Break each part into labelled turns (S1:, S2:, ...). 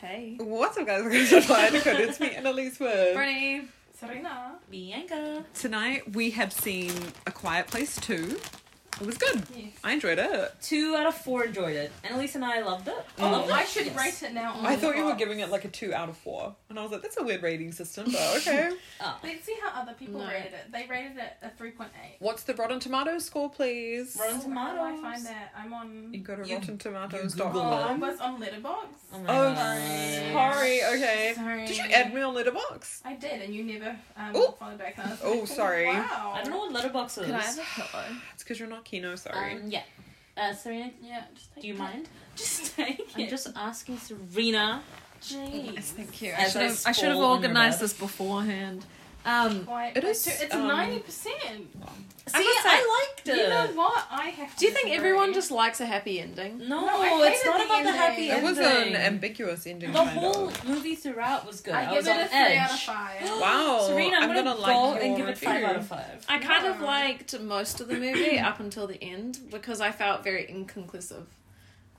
S1: Hey.
S2: What's up, guys? Welcome to Fire the Code. It's me, Annalise Wood.
S1: Brittany.
S3: Serena.
S1: Bianca.
S2: Tonight we have seen A Quiet Place 2. It was good.
S3: Yes.
S2: I enjoyed it.
S1: Two out of four enjoyed it. Annalise and I loved it.
S3: Oh,
S1: Loved it.
S3: I should
S1: Yes.
S3: rate it now. On
S2: I thought you were
S3: Letterboxd.
S2: giving it like a 2 out of 4. And I was like, that's a weird rating system, but okay.
S1: Oh.
S3: Let's see how other people
S1: No.
S3: rated it. They rated it a three point eight.
S2: What's the Rotten Tomatoes score, please?
S1: Rotten-
S3: Oh, how do I
S1: Tomatoes.
S3: find that? I'm on.
S2: You go to
S1: You-
S3: Oh,
S2: RottenTomatoes.com.
S1: Google
S3: I
S1: it.
S3: was on Letterbox.
S1: Oh my
S2: Oh,
S1: gosh.
S2: sorry. Okay.
S3: Sorry.
S2: Did you add me on Letterbox?
S3: I did, and you never um,
S2: Oh.
S3: followed back. And I was
S2: Oh,
S3: like,
S2: sorry.
S3: Wow.
S1: I don't know what letterbox is.
S4: Can I have a pillow?
S2: It's because you're not Kino, sorry.
S1: Um, yeah. Uh, Serena,
S3: Yeah, just take
S1: do you
S3: it.
S1: mind?
S3: Just take it.
S1: I'm just asking Serena.
S3: Jeez.
S2: thank you.
S4: I
S1: As
S4: should
S1: I
S4: have, I should
S1: sprawl
S4: have
S1: on your
S4: organised
S1: bed.
S4: this beforehand. Um,
S3: Quiet
S2: It
S3: it
S2: is,
S3: is. It's
S2: um,
S3: ninety percent.
S1: See,
S4: I must say-
S1: I liked
S3: You
S1: it.
S3: know what? I have. To
S4: do you think
S3: disagree.
S4: everyone just likes a happy ending?
S1: no,
S3: No, I
S1: it's
S3: hated
S1: not
S3: the
S1: about the happy
S3: ending.
S2: It
S1: ending.
S2: was an ambiguous ending.
S1: the
S2: kind
S1: whole
S2: of.
S1: movie throughout was good. I,
S3: I
S1: was
S3: give
S1: on
S3: it a three
S1: edge.
S3: out of five.
S2: Wow.
S1: Serena, I'm,
S2: I'm
S1: gonna,
S2: gonna like
S1: go
S2: your
S1: and give it five
S2: review.
S1: out of five.
S4: I kind of
S3: No.
S4: liked most of the movie up until the end because I felt very inconclusive.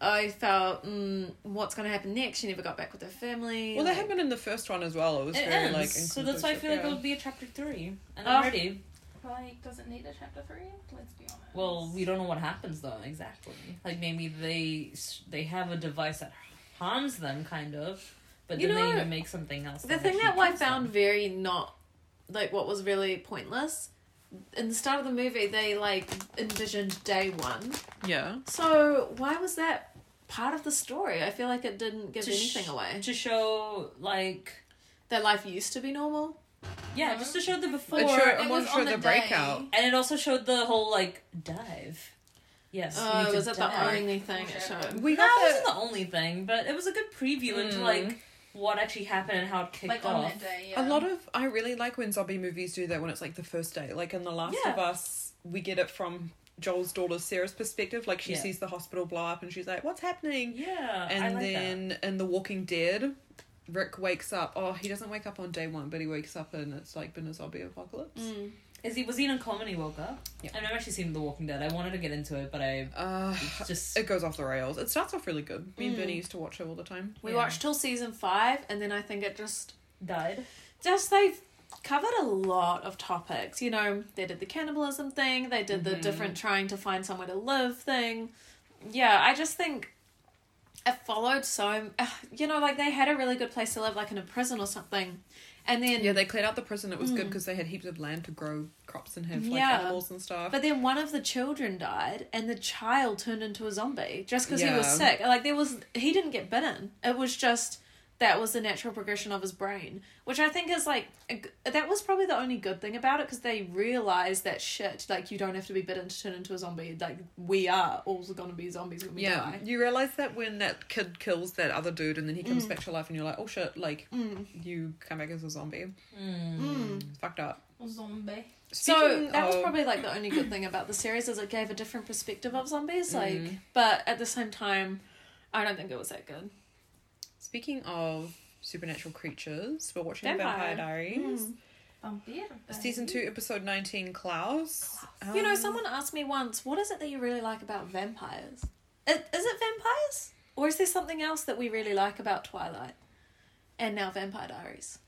S4: I felt, mm, what's going to happen next? She never got back with her family.
S2: Well, that
S4: like-
S2: happened in the first one as well. It was
S1: It
S2: very
S1: ends,
S2: like
S1: so that's why I
S2: inconclusive,
S1: feel like
S2: yeah.
S1: it would be a chapter three, and
S4: Oh.
S1: I'm ready.
S3: Like, does it need a chapter three? Let's be honest.
S1: Well, we don't know what happens though exactly. Like maybe they s- they have a device that harms them, kind of, but
S4: You
S1: then
S4: know,
S1: they even make something else.
S4: The thing that
S1: actually
S4: I
S1: kills them.
S4: found very not like what was really pointless in the start of the movie, they like envisioned day one.
S2: Yeah.
S4: So why was that part of the story? I feel like it didn't give
S1: To sh-
S4: anything away.
S1: to show like
S4: Their life used to be normal.
S1: yeah,
S3: No.
S1: just to show the before,
S2: It showed-
S3: It
S2: I'm
S3: was
S2: not sure
S3: on
S2: the
S3: the
S2: breakout.
S3: day.
S1: and it also showed the whole like dive. Yes, you need
S4: Oh,
S1: to
S4: was that the
S1: dive.
S4: only thing it showed?
S2: We
S1: No,
S2: got
S1: it
S2: that.
S1: wasn't the only thing, but it was a good preview into
S2: Mm.
S1: like what actually happened and how it kicked
S3: like on
S1: off.
S3: that day. Yeah.
S2: A lot of I really like when zombie movies do that when it's like the first day. Like in The Last
S1: Yeah.
S2: of Us, we get it from Joel's daughter Sarah's perspective. Like she
S1: Yeah.
S2: sees the hospital blow up and she's like, "What's happening?"
S1: Yeah, I
S2: and
S1: like
S2: then in The Walking Dead, Rick wakes up. Oh, he doesn't wake up on day one, but he wakes up and it's like been a zombie apocalypse.
S4: Mm.
S1: that. is he was he in a comedy woke up?
S2: Yeah.
S1: I've never actually seen The Walking Dead. I wanted to get into it, but I
S2: Uh,
S1: it's just
S2: it goes off the rails. It starts off really good. Me and Bernie used to watch it all the time.
S4: We
S1: Yeah.
S4: watched till season five, and then I think it just
S1: died.
S4: just they've covered a lot of topics. You know, they did the cannibalism thing, they did the
S2: Mhm.
S4: different trying to find somewhere to live thing. Yeah, I just think it followed so uh, you know, like they had a really good place to live, like in a prison or something, and then
S2: Yeah, they cleared out the prison. It was good 'cause good
S4: Mm.
S2: because they had heaps of land to grow crops and have like
S4: Yeah.
S2: animals and stuff.
S4: But then one of the children died, and the child turned into a zombie just because he was
S2: Yeah.
S4: sick. Like there was, he didn't get bitten. It was just that was the natural progression of his brain, which I think is like a g- that was probably the only good thing about it because they realized that shit. Like you don't have to be bitten to turn into a zombie. Like we are all gonna be zombies when we
S2: yeah,
S4: die.
S2: you realize that when that kid kills that other dude and then he comes
S4: Mm.
S2: back to life, and you're like, oh shit, like
S4: Mm.
S2: you come back as a zombie.
S1: Hmm.
S4: Mm.
S2: It's fucked up.
S3: zombie.
S4: So um,
S2: Speaking
S4: that was
S2: of-
S4: probably like the only good thing about the series is it gave a different perspective of zombies. Like,
S2: Mm.
S4: but at the same time, I don't think it was that good.
S2: Speaking of supernatural creatures, we're watching Vampire,
S4: Vampire.
S2: Diaries,
S4: Mm.
S3: Vampiro.
S2: season two, episode nineteen, Klaus.
S4: You know,
S2: Um,
S4: someone asked me once, what is it that you really like about vampires? I- Is it vampires? Or is there something else that we really like about Twilight? And now Vampire Diaries.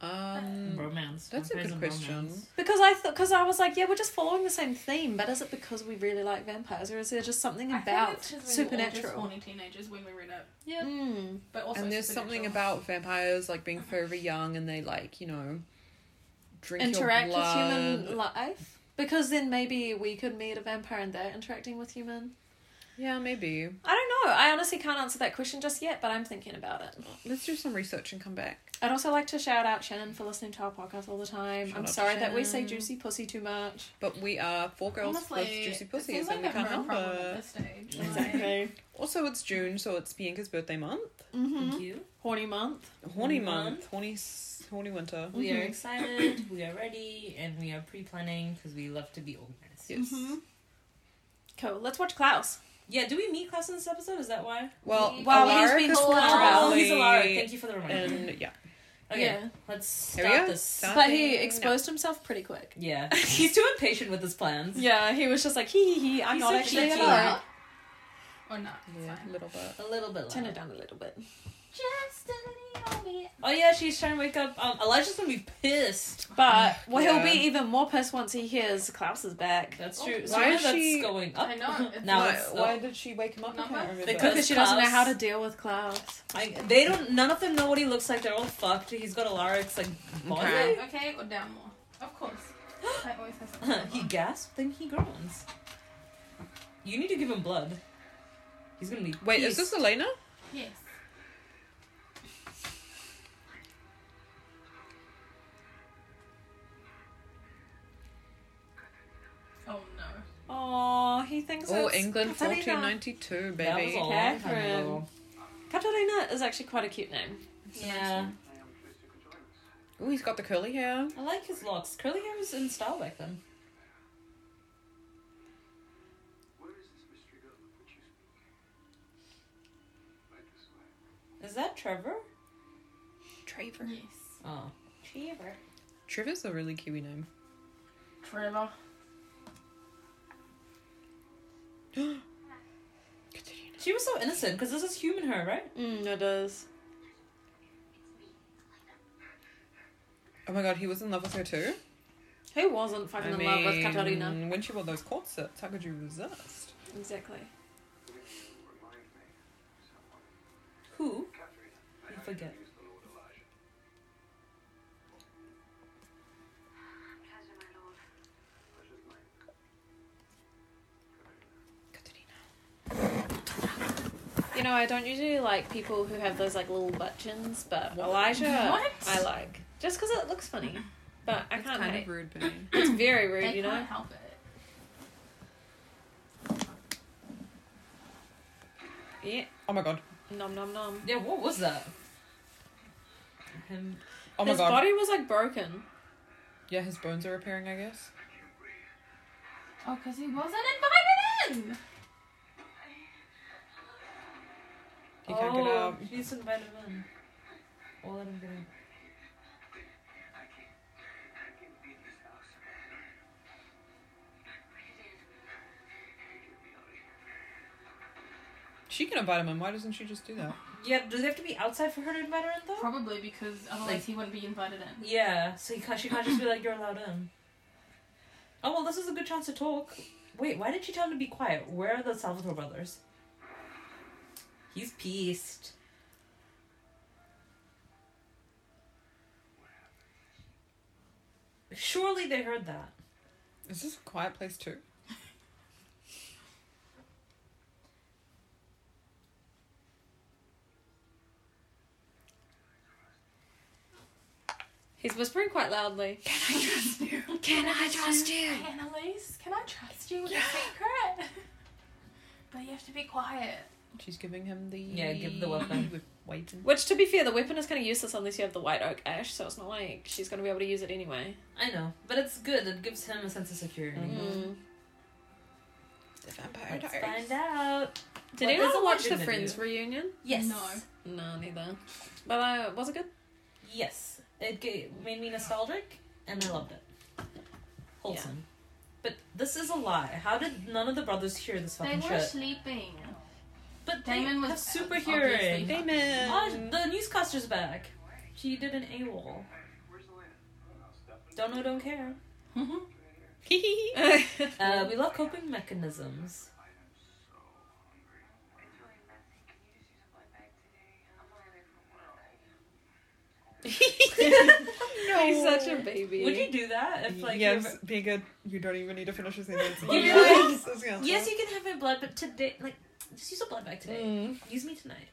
S2: Um,
S1: romance.
S2: that's a good question.
S4: Because I thought, because I was like, yeah, we're just following the same theme, but is it because we really like vampires, or is there just something
S3: I
S4: about
S3: think it's 'cause we were all just
S4: supernatural?
S3: horny teenagers when we read it,
S1: Yeah.
S4: Mm.
S3: but also
S2: and there's something
S3: supernatural.
S2: about vampires like being forever young and they like you know drink
S4: Interact
S2: your
S4: with
S2: blood.
S4: human life, because then maybe we could meet a vampire and they're interacting with human.
S2: Yeah, maybe.
S4: I don't know. I honestly can't answer that question just yet, but I'm thinking about it.
S2: Let's do some research and come back.
S4: I'd also like to shout out Shannon for listening to our podcast all the time.
S2: Shout out
S4: I'm
S2: to
S4: sorry that we say
S2: Shannon.
S4: juicy pussy too much.
S2: But we are four girls with
S3: Honestly,
S2: juicy
S3: it
S2: pussies
S3: seems
S2: and we
S3: like a
S2: can't
S3: real
S2: help
S3: problem at
S2: it.
S3: this stage. like-
S2: Also, it's June, so it's Bianca's birthday month.
S4: Mm-hmm.
S1: Thank you.
S4: Horny month.
S2: Horny
S1: Horny
S2: month. Horny, s- horny winter.
S1: We are
S4: Mhm.
S1: excited. we are ready, and we are pre-planning because we love to be organized.
S2: Yes.
S4: Mm-hmm. Cool. Let's watch Klaus.
S1: Yeah. Do we meet class in this episode? Is that why?
S2: Well,
S4: We-
S2: well,
S4: Well, he's been
S2: Alaric
S4: told
S2: is
S4: about-
S1: Oh, he's Alara.
S2: Lowry,
S1: Thank you for the reminder.
S2: And yeah,
S1: okay.
S4: Yeah.
S1: Let's
S2: Here we
S1: start
S2: go.
S1: this.
S2: Start.
S4: But he
S2: Nothing-
S4: exposed himself pretty quick.
S1: Yeah. He's too impatient with his plans.
S4: Yeah, he was just like, hee hee hee, I'm
S1: He's
S4: not
S1: so
S4: actually
S1: cheeky.
S4: allowed.
S3: Or not. it's
S2: yeah, a
S3: fine.
S2: little bit.
S1: A little bit.
S4: Turn
S1: loud.
S4: it down a little bit.
S1: Oh yeah, she's trying to wake up. Um, Elijah's gonna be pissed.
S4: But well,
S2: Yeah.
S4: he'll be even more pissed once he hears Klaus is back.
S1: That's
S3: Oh,
S1: true. so
S2: why
S1: now
S2: is
S1: that's
S2: she-
S1: going up.
S3: I know. It's
S1: Now
S2: why,
S1: it's still-
S2: why did she wake him up? I can't
S3: Number?
S2: remember.
S1: Because-
S4: Because she doesn't know how
S1: Klaus-
S4: to deal with Klaus.
S1: I, they don't. None of them know what he looks like. They're all fucked. He's got a larynx like body.
S2: Okay.
S3: Okay, or down more. Of course. I always have something.
S1: he
S3: on.
S1: gasps, then he groans. You need to give him blood. He's gonna be.
S2: Wait, is this
S1: pissed.
S2: Elena?
S3: Yes. Oh no.
S4: Oh, he thinks.
S2: Oh,
S4: it's
S2: England,
S4: Katarina.
S2: fourteen ninety two,
S1: That was
S2: baby.
S1: a long time
S4: Catherine.
S1: ago.
S4: Katarina is actually quite a cute name.
S1: Yeah,
S2: Oh, he's got the curly hair.
S1: I like his locks. Curly hair was in style back then. Is that Trevor?
S4: Trevor.
S3: Yes.
S1: Oh,
S4: Trevor.
S2: Trevor's a really kiwi name.
S3: Trevor.
S2: Katarina.
S1: she was so innocent because this is human her, right?
S4: Mm, it is.
S2: Oh my god, he was in love with her too.
S4: Who wasn't fucking in love with Katarina?
S2: mean, When she wore those corsets, how could you resist?
S4: Exactly.
S1: Who? I forget.
S2: Katarina.
S4: You know, I don't usually like people who have those like little buttons, but Elijah,
S3: What?
S4: I like just because it looks funny. But I can't.
S2: kind
S4: hate.
S2: of rude, baby.
S4: It's very rude,
S3: They
S4: you know.
S3: can't help it.
S4: Yeah.
S2: Oh my god.
S4: Nom nom nom.
S1: Yeah, what was that? Him.
S2: Oh my
S4: His
S2: god.
S4: body was like broken.
S2: Yeah, his bones are repairing, I guess.
S3: Oh, because he wasn't invited in.
S2: He can't get up.
S1: She's Oh, invited him in. Or let him get in.
S2: She can invite him in. Why doesn't she just do that?
S1: Yeah, does it have to be outside for her to invite her in though?
S3: Probably because otherwise
S1: Like-
S3: he wouldn't be invited in.
S1: Yeah, so you can't, she can't just be like, you're allowed in. Oh, well, this is a good chance to talk. Wait, why did she tell him to be quiet? Where are the Salvatore brothers? He's pissed. Surely they heard that.
S2: Is this a quiet place too?
S4: He's whispering quite loudly.
S3: Can I trust you?
S4: Can I trust you?
S3: Annalise, can I trust you with a secret? but you have to be quiet.
S2: She's giving him the
S1: Yeah, give the weapon.
S2: We're waiting.
S4: Which, to be fair, the weapon is kind of useless unless you have the white oak ash, so it's not like she's going to be able to use it anyway.
S1: I know, but it's good. It gives him a sense of security.
S4: Mm.
S2: The vampire
S1: Let's
S2: diaries.
S1: find out. Well,
S4: Did
S1: there's
S4: anyone
S1: a
S4: watch the
S1: legend in
S4: Friends
S1: it.
S4: reunion?
S1: Yes.
S3: No.
S4: No, neither. But uh, was it good?
S1: Yes, it ga- made me nostalgic, and I loved it. Wholesome. But this is a lie. How did none of the brothers hear this
S3: They
S1: fucking
S3: were
S1: shit?
S3: sleeping.
S1: But
S3: Damon
S1: they
S3: was
S1: have super
S3: obviously
S1: hearing.
S3: not.
S2: Damon.
S1: Oh, the newscaster's back. She did an A wall. Don't know, don't care. Uh, we love coping mechanisms.
S4: He's such a baby.
S1: Would you do that if like?
S2: yes,
S1: you
S2: be good. You don't even need to finish a sentence.
S1: You really-
S2: Yes, is the
S1: were-
S2: answer.
S1: yes, you can have my blood, but today, like, just use a blood bag today.
S2: Mm.
S1: Use me tonight.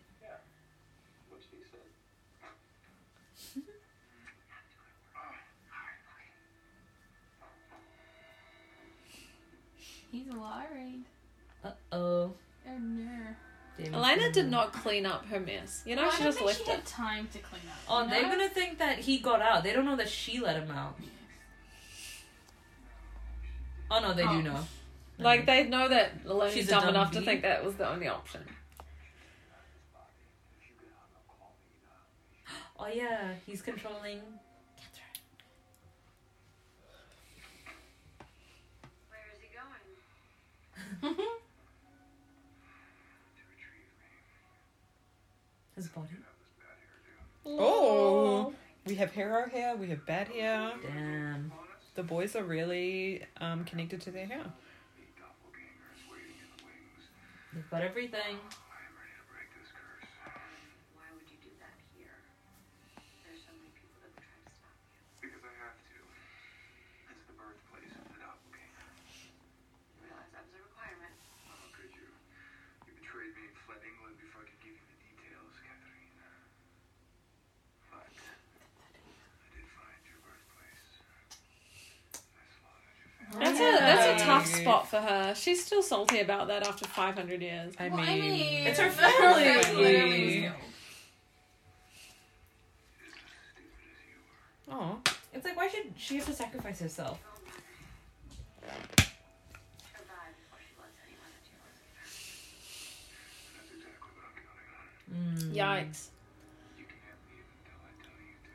S3: He's lying.
S1: Uh oh.
S3: Oh no.
S4: Elena did not clean up her mess. You know,
S3: Well, I
S4: she
S3: don't
S4: just
S3: think
S4: left
S3: she
S4: it.
S3: had time to clean up.
S1: Oh,
S3: you
S1: they're
S3: know?
S1: gonna think that he got out. They don't know that she let him out. Oh no, they
S3: Oh.
S1: do know.
S4: Like, they know that Elena's
S1: She's a
S4: dumb
S1: dumb
S4: enough to
S1: bee.
S4: think that was the only option.
S5: uh,
S1: Oh yeah, he's controlling Catherine. His body.
S2: Oh, we have hero hair. We have bad hair.
S1: Damn.
S2: The boys are really um, connected to their hair.
S1: They've got everything.
S6: Why would you do that here? There's so many people that would try to stop you.
S5: Because I have to. It's the birthplace of the doppelganger.
S6: You realize that was a requirement.
S5: How Oh, could you? You betrayed me and fled England before I could give you the details, Catherine. But I did find your birthplace. I slaughtered your family.
S4: That's a that's a tough spot for her. She's still salty about that after five hundred years.
S2: I
S3: Well,
S2: mean,
S3: I mean,
S1: it's her
S3: that's
S1: family.
S3: literally just-
S5: Just as stupid as you were.
S2: oh,
S1: It's like, why should she have to sacrifice herself?
S6: She'll die before she loves anyone that she loves.
S5: And that's exactly what I'm counting on.
S1: Mm.
S4: Yikes.
S5: You can't leave until I tell you to.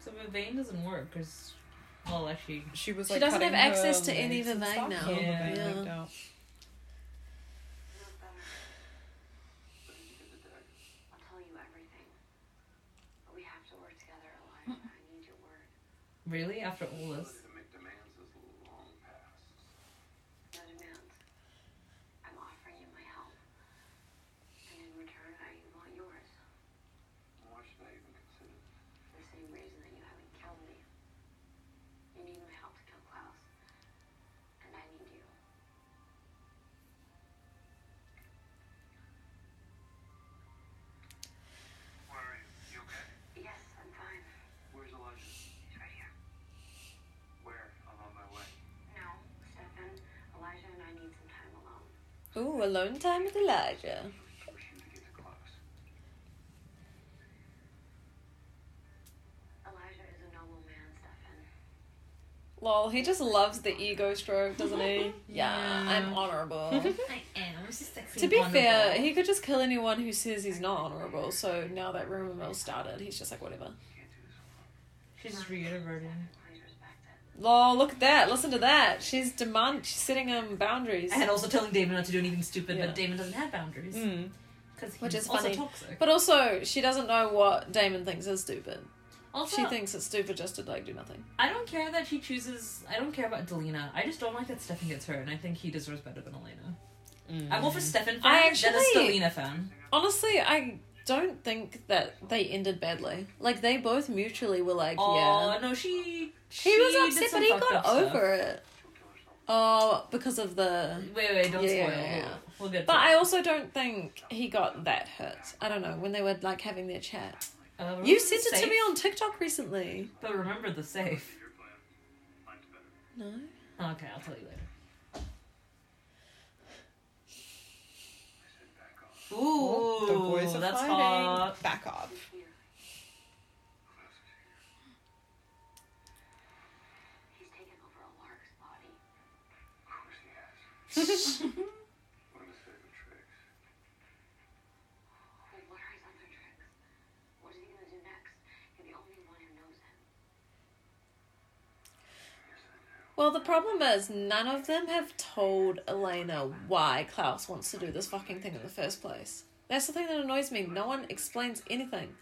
S1: So Vivain doesn't work because, well, actually,
S2: she was.
S4: She
S2: Like,
S4: doesn't
S2: cutting
S4: have access
S2: her
S4: to any
S2: legs and
S4: Vivaine
S2: stuff.
S4: now.
S2: Oh,
S1: Yeah.
S2: Vivaine
S4: Yeah.
S2: wiped out.
S6: No better.
S5: But did you get the dagger?
S6: I'll tell you everything. But we have to work together, Elijah. I need your word.
S1: really, after all
S5: The
S1: this,
S5: ability to make demands is long past.
S6: No demands. I'm offering you my help. And in return, I want yours.
S5: Why should I even consider this?
S6: For the same reason that you haven't killed me. You need my help to kill Klaus. And I need you.
S5: Where are you? You okay?
S6: Yes, I'm fine.
S5: Where's Elijah?
S6: It's right here.
S5: Where? I'm on my way.
S6: No, Stefan, Elijah and I need some time alone.
S4: Ooh, alone time with Elijah.
S5: Force you to get to Klaus.
S6: Elijah is a noble man, Stefan.
S4: Lol, he just loves the ego stroke, doesn't he? yeah, I'm honorable.
S1: I am sexy.
S4: to be fair, he could just kill anyone who says he's not honorable. So now that rumor mill started, he's just like whatever.
S5: Can't do this alone.
S1: she's just reiterating.
S6: Please respect it.
S4: Lol, Oh, look at that. Listen to that. She's demand. She's setting him boundaries.
S1: And also telling Damon not to do anything stupid,
S4: Yeah.
S1: but Damon doesn't have boundaries
S2: Mm.
S1: because he's
S4: Which is
S1: also
S4: funny.
S1: toxic.
S4: But also, she doesn't know what Damon thinks is stupid.
S1: Also,
S4: She thinks it's stupid just to like do nothing.
S1: I don't care that she chooses. I don't care about Delina. I just don't like that Stefan gets her, and I think he deserves better than Elena.
S2: mm.
S1: I'm more for Stefan fan
S4: Mm. I
S1: than a
S4: actually-
S1: Delina fan.
S4: Honestly, I don't think that they ended badly. Like they both mutually were like,
S1: Oh
S4: yeah.
S1: no, she. she
S4: He
S1: did
S4: was upset,
S1: some
S4: but he
S1: fucked
S4: got
S1: up stuff.
S4: over it.
S5: She'll kill herself.
S4: Oh, because of the.
S1: Wait, wait, don't
S4: Yeah,
S1: spoil.
S4: yeah, yeah.
S1: We'll, we'll get. To
S4: But
S1: it.
S4: I also don't think he got that hurt. I don't know when they were like having their chat.
S1: Uh, remember
S4: You
S1: the
S4: sent it to
S1: safe?
S4: me on TikTok recently.
S1: But remember the safe.
S5: Your plan. Mine's better.
S4: No.
S1: Okay, I'll tell you later.
S5: I said back off.
S1: Ooh,
S2: Oh, the boys are
S1: that's
S2: fighting.
S1: hot.
S2: Back off.
S6: He's here.
S5: Klaus is here.
S6: He's taken over a lark's body.
S5: Of course he has. One of his favorite tricks.
S6: Oh, what are his other tricks? What is he gonna do next? You're the only one who knows him.
S5: Yes, I know.
S4: Well, the problem is none of them have told Elena why Klaus wants to do this fucking thing in the first place. That's the thing that annoys me. No one explains anything.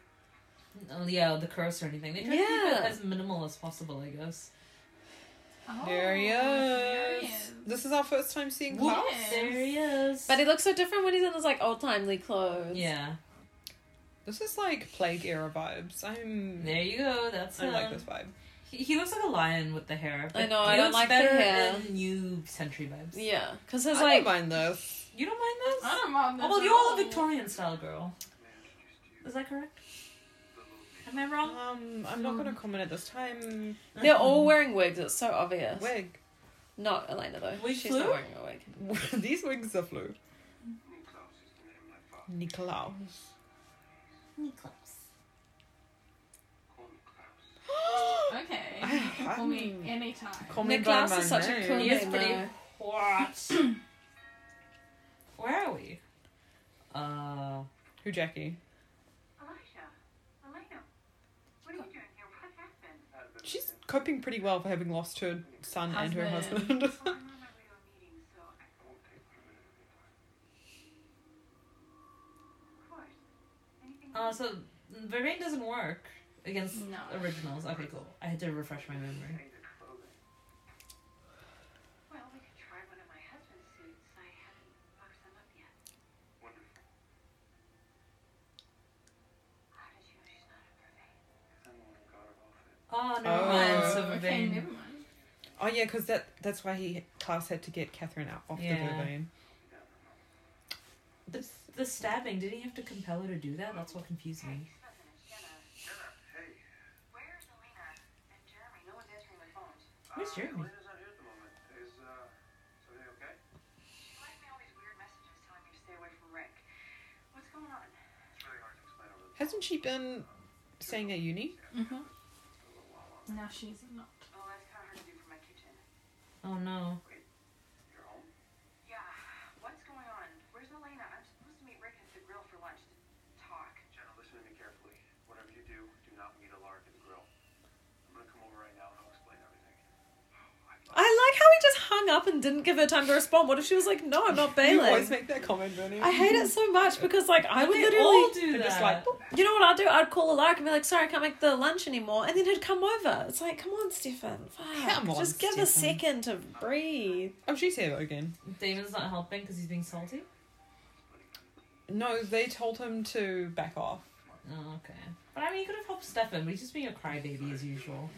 S1: Oh, Yeah, the curse or anything. They try to keep
S4: Yeah.
S1: it as minimal as possible, I guess.
S3: Oh,
S2: There he
S3: there he
S2: is. This is our first time seeing
S3: Whoop.
S2: Klaus.
S3: Yes.
S1: There he is.
S4: But he looks so different when he's in his like old timely clothes.
S1: yeah,
S2: This is like plague era vibes. I'm.
S1: there you go. That's
S2: I
S1: him.
S2: like this vibe.
S1: He, he looks like a lion with the hair. but
S4: know, I
S1: he
S4: don't
S1: looks
S4: like the
S1: better
S4: hair.
S1: in new century vibes.
S4: Yeah, because
S2: I
S4: his
S2: don't
S4: like
S2: mind this.
S1: You don't mind this?
S3: I don't mind
S1: Oh,
S3: this
S1: well,
S3: at
S1: you're all
S3: all.
S1: a Victorian style girl.
S5: May I introduce you
S1: Is that correct?
S5: to the little man?
S1: Am I wrong?
S2: Um,
S1: Mm-hmm.
S2: I'm not gonna comment at this time.
S4: they're all wearing wigs. It's so obvious.
S2: Wig.
S4: Not Elena though.
S1: Wig
S4: She's
S1: flu?
S4: not wearing a wig.
S2: These wigs are flu.
S5: Klaus is the name my father.
S2: Nikolaus.
S5: Call me Klaus.
S3: Okay.
S2: I-
S3: You can call me
S2: I'm-
S3: anytime.
S2: Call me by
S4: Niklaus
S2: Oh my
S4: is such a
S2: name.
S4: cool
S1: He is
S4: name.
S1: pretty
S4: though.
S1: hot. Where are we? Uh,
S2: Who, Jackie?
S6: Elijah, Elena, what are you doing here? What happened?
S5: Had been
S2: She's coping pretty well for having lost her son and her husband.
S3: Husband.
S6: Well, I'm on my way to a meeting, so I
S5: It won't take but a minute.
S1: Uh, so Varian doesn't work against
S3: No.
S1: originals. Okay, cool. I had to refresh my memory.
S5: Hang the clothing.
S6: Well, we could try one of my husband's suits. I haven't boxed them up yet.
S5: Wonderful.
S6: How did you
S5: Because
S6: know she's not a purvey?
S5: I'm the one who got her outfit.
S1: Oh, never mind. So
S3: okay,
S1: Varian.
S3: never mind.
S2: Oh yeah, because that that's why he class had to get Catherine out off
S1: Yeah.
S2: the Vervain.
S1: The, the stabbing, did he have to compel her to do that? That's what confused me.
S6: She's not finished. Jenna,
S5: Jenna, hey.
S6: where's Elena and Jeremy? No one's answering my phones.
S1: Where's
S5: uh,
S1: Jeremy?
S5: Elena's not here at the moment. Is, uh, is everything okay?
S6: She left me all these weird messages telling me to stay away from Rick. What's going on?
S5: It's really hard to explain over the
S2: Hasn't she been staying at uni?
S3: Mm-hmm. Now she's not.
S6: Oh, that's kind of hard to do from my kitchen.
S1: Oh no.
S5: You're home?
S6: Yeah, what's going on? Where's Elena? I'm supposed to meet Rick at the grill for lunch to talk.
S5: Jenna, listen to me carefully. Whatever you do, do not meet a lark at the grill. I'm gonna come over right now and I'll explain everything. Oh,
S4: I like how he just hung up and didn't give her time to respond. What if she was like, "No, I'm not
S2: You always
S4: bailing."
S2: make that comment, Bernie.
S4: I hate it so much because like I
S1: But
S4: would
S1: they
S4: literally
S1: all do
S2: They're
S1: that.
S2: just like,
S4: You know what I'd do? I'd call Alaric and be like, sorry, I can't make the lunch anymore. And then he'd come over. It's like, come on, Stefan. Fuck.
S2: Come on,
S4: Just give a
S2: Stefan.
S4: second to breathe.
S2: oh, she's here again.
S1: Damon's not helping because he's being salty.
S2: No, they told him to back off.
S1: Oh, okay. But I mean, he could have helped Stefan, but he's just being a crybaby as usual.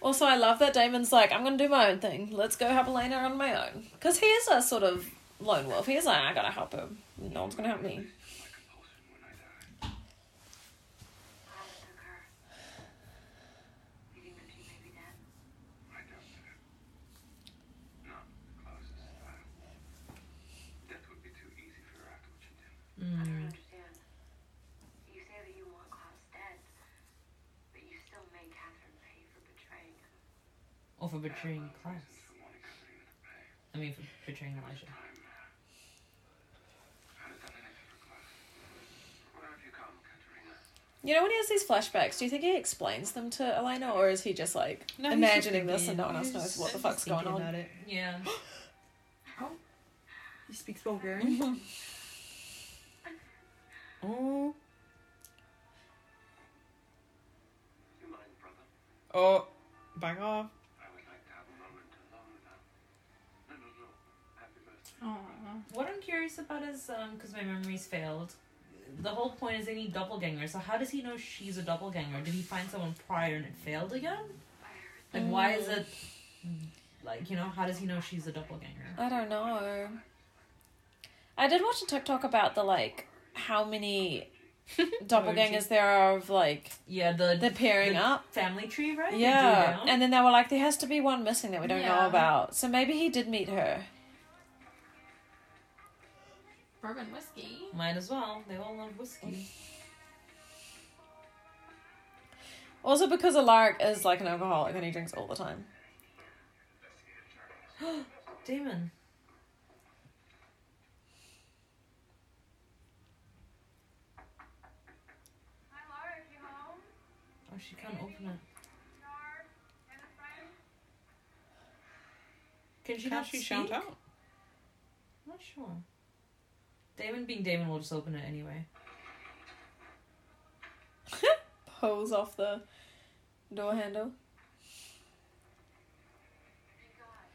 S4: Also, I love that Damon's like, I'm going to do my own thing. Let's go help Elena on my own. Because he is a sort of lone wolf. He's like, I got to help him. No one's going to help me.
S5: My compulsion when I die.
S6: I took her. Thinking that she may be dead.
S5: I doubted it. Not the closest time. Death would be too easy for her after what she did.
S6: I
S1: Mm.
S6: don't understand. You say that you want Klaus dead, but you still made Catherine pay for betraying her.
S1: Or for betraying Klaus.
S5: Reasons for wanting Catherine to pay.
S1: I mean, for betraying Elijah.
S5: Time. I'd have done anything for Klaus. Where have you come, Katerina?
S4: You know, when he has these flashbacks, do you think he explains them to Elena or is he just like
S2: No, he's just
S4: imagining this
S2: thinking.
S4: and no one else
S2: He's
S4: knows what the
S2: just
S4: fuck's going
S2: thinking
S4: on?
S2: about it.
S1: Yeah.
S2: He speaks Bulgarian. oh,
S5: You mind, brother?
S2: oh, back off.
S5: I would like to have a moment alone with her. No, no, no. Happy birthday.
S3: Oh,
S1: What I'm curious about is, um, because my memory's failed, the whole point is they need doppelganger. So how does he know she's a doppelganger? Did he find someone prior and it failed again?
S6: I heard
S1: Like, why is it, like, you know, how does he know she's a doppelganger?
S4: I don't know. I did watch a TikTok about the like how many doppelgangers there are of like
S1: Yeah, the,
S4: they're pairing
S1: The-
S4: up.
S1: family tree, right? They do
S4: Yeah,
S1: now?
S4: and then they were like, there has to be one missing that we don't know
S3: Yeah.
S4: about. So maybe he did meet her.
S3: bourbon whiskey.
S1: Might as well. They all love whiskey.
S4: Also because Alaric is like an alcoholic and he drinks all the time.
S1: Damon.
S6: Hi Laura, are you home?
S1: Oh, she can't open it.
S6: Jar and a friend?
S1: Can she
S2: Can't
S1: not
S2: she
S1: speak?
S2: shout out?
S1: Not sure. Damon being Damon will just open it anyway.
S4: Pulls off the door handle.
S6: Thank God.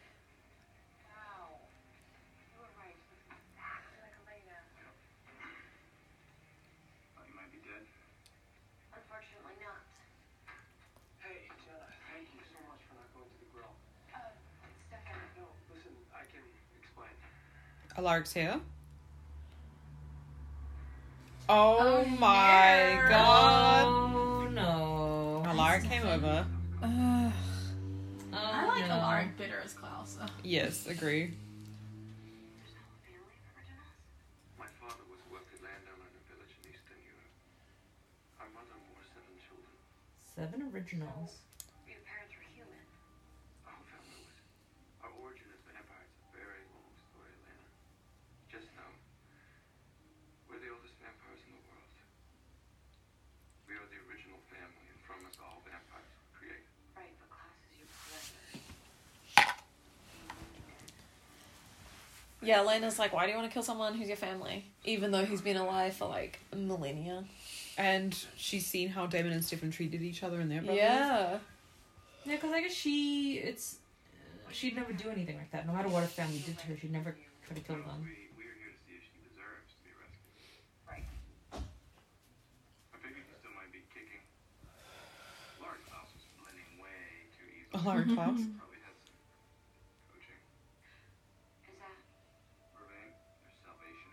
S6: Wow. You were right. She's exactly like Elena.
S5: Thought you might be dead.
S6: Unfortunately not.
S5: Hey, Jenna, thank you so much for not going to the grill.
S6: Uh, Stefan,
S5: No, listen, I can explain.
S2: Alaric's here. Oh,
S3: Oh,
S2: my
S3: yeah.
S2: god.
S1: Oh no.
S2: Alaric came over.
S4: Ugh.
S1: Oh,
S3: I like
S1: no.
S3: Alaric better as Klaus. though.
S2: Yes, agree.
S6: there's a whole family of originals?
S5: My father was a wealthy landowner in a village in Eastern Europe. Our mother bore seven children.
S1: Seven originals.
S6: Your parents were human.
S5: Our family was. Our origin as vampires is a very long story, Elena. Just know, we're the oldest vampires in the world. We are the original family, and from us all vampires were created.
S6: Right, but Klaus is your brother.
S4: Yeah, Elena's like, why do you want to kill someone who's your family? Even though he's been alive for like millennia.
S2: And she's seen how Damon and Stefan treated each other and their brothers.
S4: Yeah.
S1: Yeah, because I guess she it's she'd never do anything like that. No matter what her family did to her, she'd never try to kill them.
S5: We, we are here to see if she deserves to be rescued. Right. I figured you still might be kicking. Large Klaus was blending way too easily.
S2: Alarm clocks.
S5: Probably had some coaching.
S6: Is that?
S5: Revenge, there's salvation.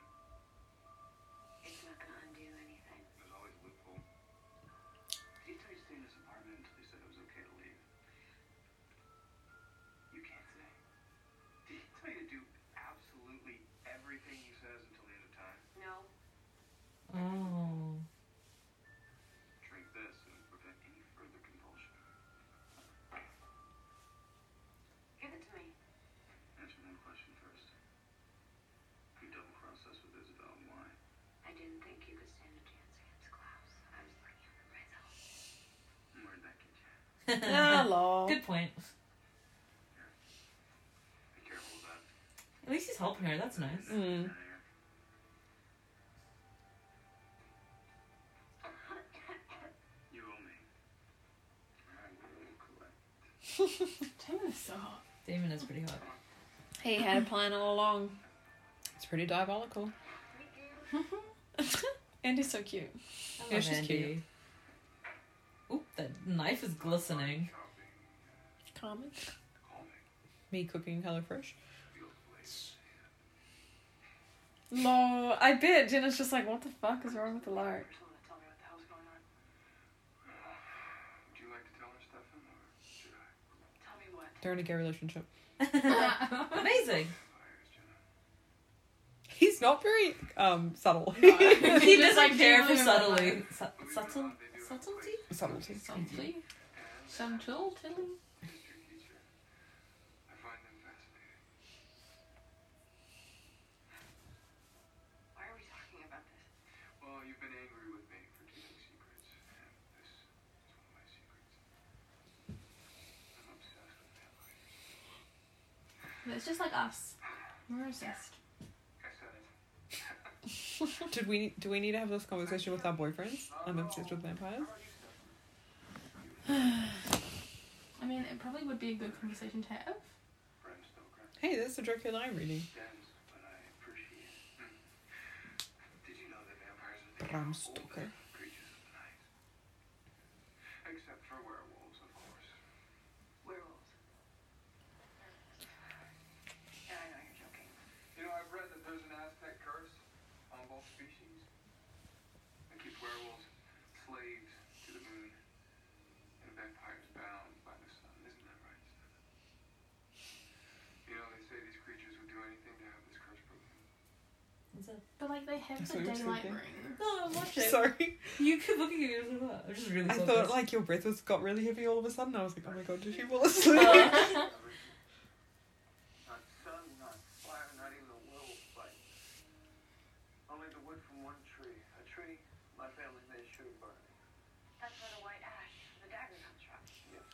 S6: It's not gonna undo anything.
S5: There's always a loophole. Did you tell you to stay in this apartment until you said it was okay to leave? You can't say. Did he tell you to do absolutely everything he says until the end of time?
S6: No.
S1: Oh.
S5: Drink this and prevent any further compulsion.
S6: Give it to me.
S5: Answer one question first. You double cross us with Isabel and why?
S6: I didn't think you could stand a chance against Klaus. I was looking at the results.
S5: And Where'd that get you?
S4: Ah, lol.
S1: Good point.
S5: Be careful of that.
S1: At least he's helping her. That's nice.
S2: Mm.
S5: You owe me. I will collect.
S3: Tim is so hot.
S1: Damon is pretty hot.
S4: He had a plan all along.
S2: It's pretty diabolical.
S4: Andy's so cute.
S1: I love
S2: Yeah, she's
S1: Andy. Oop, that knife is glistening.
S5: Shopping,
S4: Common.
S5: calming,
S2: Me cooking HelloFresh.
S5: feels place.
S4: Lol. I bet Jenna's just like, what the fuck is wrong with the lark?
S6: Just wanna tell me what the hell's going on.
S5: Would you like to tell her, Stefan, or should I?
S6: Tell me what.
S2: They're in a gay relationship.
S1: Amazing.
S5: Fires, Jenna.
S2: He's not very um subtle.
S1: he doesn't
S3: like
S1: care for
S3: dealing with
S1: subtly. Su- subtle?
S5: They do have a uh,
S1: Subtlety?
S5: place
S2: Subtlety.
S3: Something. Some tool tilly.
S5: in history teacher. I find them fascinating.
S6: Why are we talking about this?
S5: Well, you've been angry with me for keeping secrets, and this is one of my secrets. I'm obsessed with vampires.
S3: But it's just like us. We're obsessed.
S5: I said it.
S2: Did we do we need to have this conversation with our boyfriends? I'm obsessed with vampires.
S3: I mean, it probably would be a good conversation to have.
S5: Bram Stoker.
S2: Hey, that's the Dracula that I'm reading.
S5: Dense, but I appreciate it. Mm. Did you know that vampires are the
S2: Bram
S5: oldest
S2: Stoker.
S5: creatures of the night? Except for werewolves, of course.
S6: Werewolves. Yeah, I know you're joking.
S5: You know, I've read that there's an Aztec curse on both species that keeps werewolves slaves to the moon and vampires bound by the sun. Isn't that right? Stephen? You know, they say these creatures would do anything to have this curse broken.
S1: Is it-
S3: But like they have
S2: That's
S3: the
S2: what
S3: daylight
S2: I'm thinking.
S3: ring.
S1: No, I'm watching.
S2: Sorry,
S1: You keep looking at yourself. up. I'm just really
S2: I
S1: focused.
S2: thought like your breath was got really heavy all of a sudden. I was like, oh my god, did she fall asleep?
S5: Not sun, not fire, not even a werewolf bite. Only the wood from one tree. A tree my family made sure burned.
S6: That's where the white ash, the dagger comes from.
S5: Yes.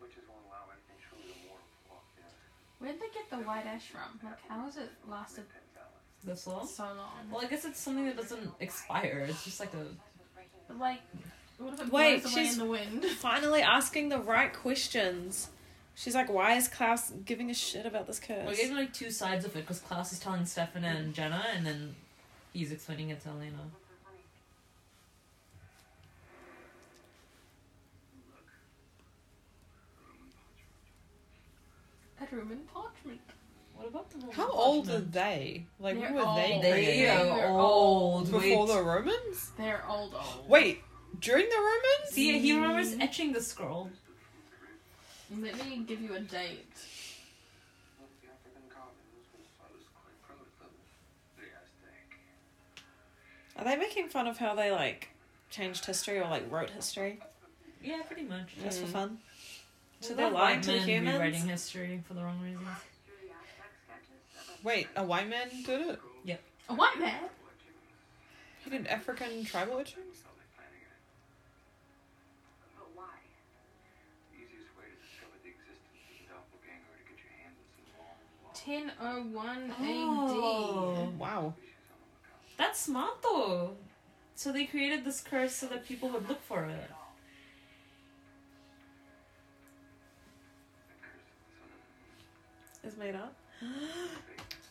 S5: Witches won't allow anything truly immortal to walk the earth.
S3: Where'd they get the white ash from? Like, how has it lasted
S1: This long?
S3: so long?
S1: Well, I guess it's something that doesn't expire. It's just like a.
S6: That's what's breaking the
S3: But, like, what if it
S4: Wait,
S3: blows away
S4: she's-
S3: in the wind?
S4: Finally asking the right questions. She's like, why is Klaus giving a shit about this curse?
S1: Well, I gave me like two sides of it because Klaus is telling Stefan and Jenna, and then he's explaining it to Elena.
S3: A room in parchment.
S1: What about the Roman
S2: How old are
S1: parchment?
S2: they? Like,
S3: They're
S2: what were they
S3: old.
S1: They
S2: created?
S1: are
S3: They're
S1: old.
S2: before
S1: Wait.
S2: the Romans?
S3: They're old, old.
S2: Wait, during the Romans?
S1: See, he remembers etching the scroll.
S3: Let me give you a date.
S5: Of the African colonies was close, quite proud of them. The Aztec.
S4: Are they making fun of how they like changed history or like wrote history
S1: Yeah, pretty much.
S4: just for
S2: Mm.
S4: fun? So
S1: We
S4: they're
S1: love
S4: lying
S1: white
S4: to the
S1: men
S4: humans?
S1: Rewriting history for the wrong reasons.
S6: through the aspect sketches.
S2: Wait, a white man did it?
S3: A white man?
S2: He did African tribal etchings?
S5: So they're planning it.
S6: But why?
S5: Easiest way to discover the existence of the doppelganger to get your hands on some long, long
S3: 1001
S1: Oh.
S3: AD.
S2: Wow.
S4: Oh.
S5: species on the lookout.
S1: That's smart though. So they created this curse so that people would look for it.
S5: The curse of the sun.
S4: Is made up.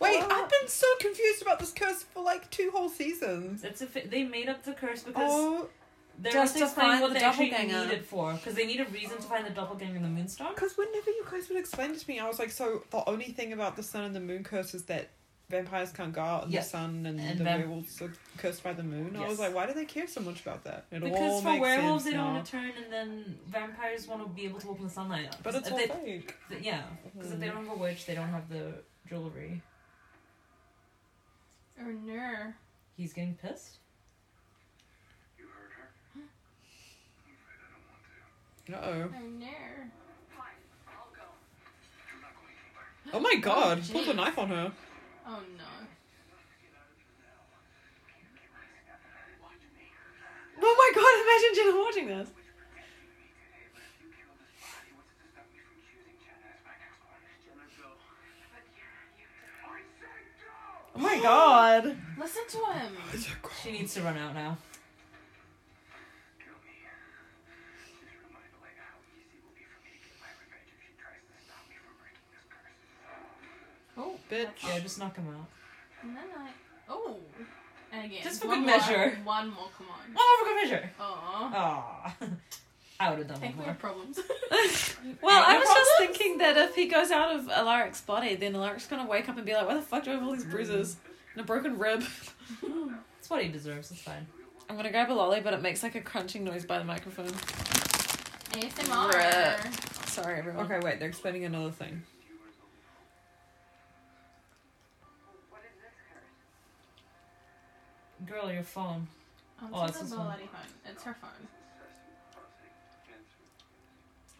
S2: Wait,
S1: Oh.
S2: I've been so confused about this curse for like two whole seasons.
S1: It's a fi- they made up the curse because
S2: Oh,
S1: they just
S4: Just to
S1: explaining
S4: find
S1: what
S4: the
S1: they actually
S4: doppelganger.
S1: needed for because they need a reason to find the doppelganger in the moonstone.
S2: because whenever you guys would explain it to me, I was like, so the only thing about the sun and the moon curse is that vampires can't go out, and
S1: Yeah.
S2: the sun and,
S1: And
S2: the
S1: vamp-
S2: werewolves are cursed by the moon. I was
S1: Yes.
S2: like, why do they care so much about that? It all
S1: Because for
S2: makes
S1: werewolves, they
S2: sense
S1: don't
S2: now.
S1: want to turn, and then vampires want to be able to walk in the sunlight.
S2: But it's
S1: If
S2: all
S1: they-
S2: fake.
S1: th- yeah, because if they don't have a witch, they don't have the jewelry.
S3: Or Oh, no.
S1: He's getting pissed.
S5: You heard her? I'm afraid I don't want
S2: Uh
S5: to.
S2: oh.
S3: Or no.
S6: Fine, I'll go.
S5: You're not going anywhere.
S2: Oh my god, pulled a knife on her.
S3: Oh no.
S6: Watch me.
S4: Oh my god, imagine Jenna watching this.
S5: If you kill this body, what's to stop me from choosing Jenna as my next one? Jenna, go.
S6: But
S2: Oh
S5: I said go!
S6: you, you
S2: my god.
S3: Listen to him.
S1: She needs to run out now.
S5: Kill me. uh, Just remind Elena how easy it will be for me to get my revenge if she tries to stop me from breaking this curse.
S3: Oh,
S2: Bitch.
S1: Yeah, just knock him out.
S3: And then I. Oh. And again.
S1: Just for
S3: one
S1: good
S3: more,
S1: measure.
S3: One more. Come on.
S1: One more good measure.
S3: Aw.
S1: Aw. I would have
S3: I
S1: done one
S3: think we have
S1: more.
S3: problems.
S4: Well, I
S1: No
S4: was just
S1: problems?
S4: thinking that if he goes out of Alaric's body, then Alaric's gonna wake up and be like, "Why the fuck do I have all these bruises and a broken rib?"
S1: It's what he deserves. It's fine.
S4: I'm gonna grab a lolly, but it makes like a crunching noise by the microphone.
S3: ASMR.
S4: Sorry, everyone.
S2: Okay, wait, they're explaining another thing.
S6: What is this curse?
S1: Girl, your phone.
S3: Um,
S1: Oh,
S3: it's
S1: it's
S3: not
S1: this
S3: the
S1: one.
S3: bloody phone. It's her phone.